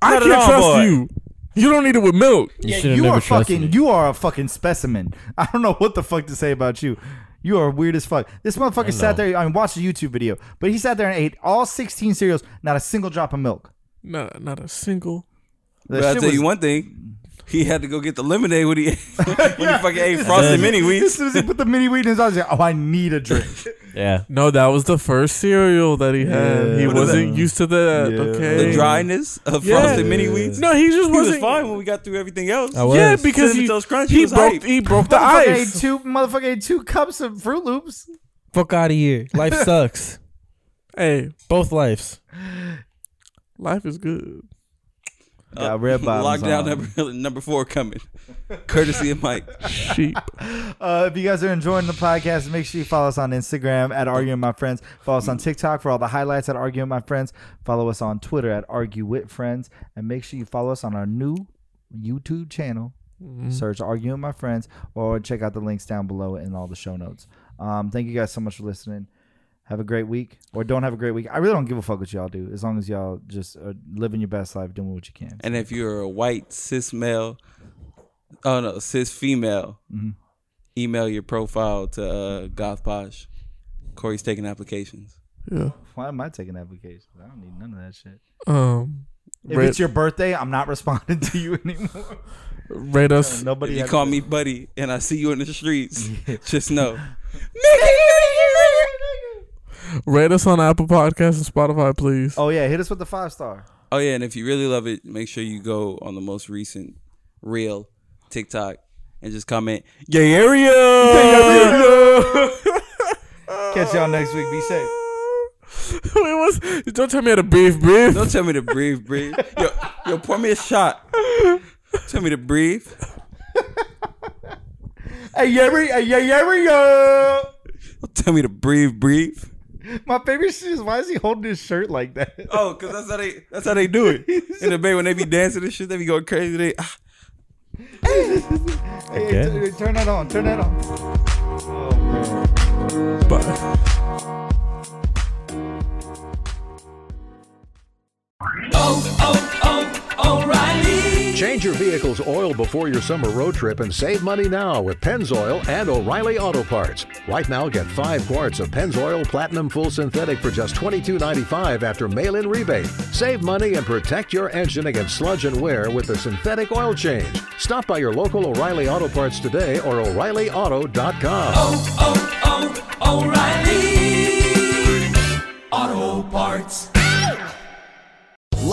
B: I
E: Not at
B: can't
E: all,
B: trust
E: boy.
B: you. You don't need it with milk.
C: You
A: Yeah,
C: should have
A: you
C: never
A: are
C: trusted
A: fucking.
C: me.
A: You are a fucking specimen. I don't know what the fuck to say about you. You are weird as fuck. This motherfucker sat there. I mean, watched a YouTube video, but he sat there and ate all 16 cereals, not a single drop of milk.
B: No, not a single.
A: That
E: But I'll
A: shit
E: tell you
A: was-
E: one thing. He had to go get the lemonade when he, when he fucking ate frosted mini
A: As
E: wheats.
A: soon as he put the mini wheat in his eyes, he's like, oh, I need a drink.
C: Yeah.
B: No, that was the first cereal that he had.
A: Yeah.
B: He
A: What
E: is
B: wasn't
A: that?
B: used to that.
A: Yeah.
B: Okay.
E: The dryness of
B: Yeah.
E: frosted mini wheats.
B: No, he just
E: He was
B: wasn't.
E: fine when we got through everything else.
C: I was.
B: Yeah, because
E: Cinnamon
B: he,
E: Toast Crunch
B: he
E: was
B: broke
E: hype.
B: he broke the
A: motherfucker ate
B: ice.
A: two. Motherfucker ate two cups of Fruit Loops.
C: Fuck out of here. Life sucks.
B: Hey,
C: Both lives.
B: life is good.
A: Got red bottoms
E: Lockdown
A: on.
E: Uh, number number four coming, courtesy of Mike.
B: Sheep.
A: Uh, if you guys are enjoying the podcast, make sure you follow us on Instagram at Arguing My Friends. Follow us on TikTok for all the highlights at Arguing My Friends. Follow us on Twitter at Argue With Friends. And make sure you follow us on our new YouTube channel. Search Arguing My Friends or check out the links down below in all the show notes. Um, thank you guys so much for listening. Have a great week or don't have a great week. I really don't give a fuck what y'all do as long as y'all just are living your best life, doing what you can.
E: And if you're a white cis male, oh no, cis female, email your profile to uh, Goth Posh. Corey's taking applications.
B: Yeah.
A: Why am I taking applications? I don't need none of that shit.
B: Um.
A: If
B: Rip.
A: it's your birthday, I'm not responding to you anymore.
B: Rate us.
A: Nobody
E: If you
A: had-
E: call me buddy and I see you in the streets, just know.
B: Rate us on Apple Podcasts and Spotify, please.
A: Oh yeah, hit us with the five star.
E: Oh yeah, and if you really love it, make sure you go on the most recent real TikTok and just comment Yay area.
A: Catch y'all next week. Be safe.
B: It was, don't tell me how to beef, beef.
E: Don't tell me to breathe, breathe. Yo, yo, pour me a shot. Tell me to breathe.
A: Hey Yeri, hey yeah, Yeri, yo.
E: Tell me to breathe, breathe.
A: My favorite shit is why is he holding his shirt like that?
E: Oh, cause that's how they that's how they do it. In the bay when they be dancing and shit, they be going crazy. They ah,
A: Hey, hey,
C: Again.
A: t- turn that on. Turn that on. Oh,
B: Bye.
F: Change your vehicle's oil before your summer road trip and save money now with Pennzoil and O'Reilly Auto Parts. Right now, get five quarts of Pennzoil Platinum Full Synthetic for just $22.95 after mail-in rebate. Save money and protect your engine against sludge and wear with the synthetic oil change. Stop by your local O'Reilly Auto Parts today or O'ReillyAuto.com.
G: oh, oh, O'Reilly. Auto Parts.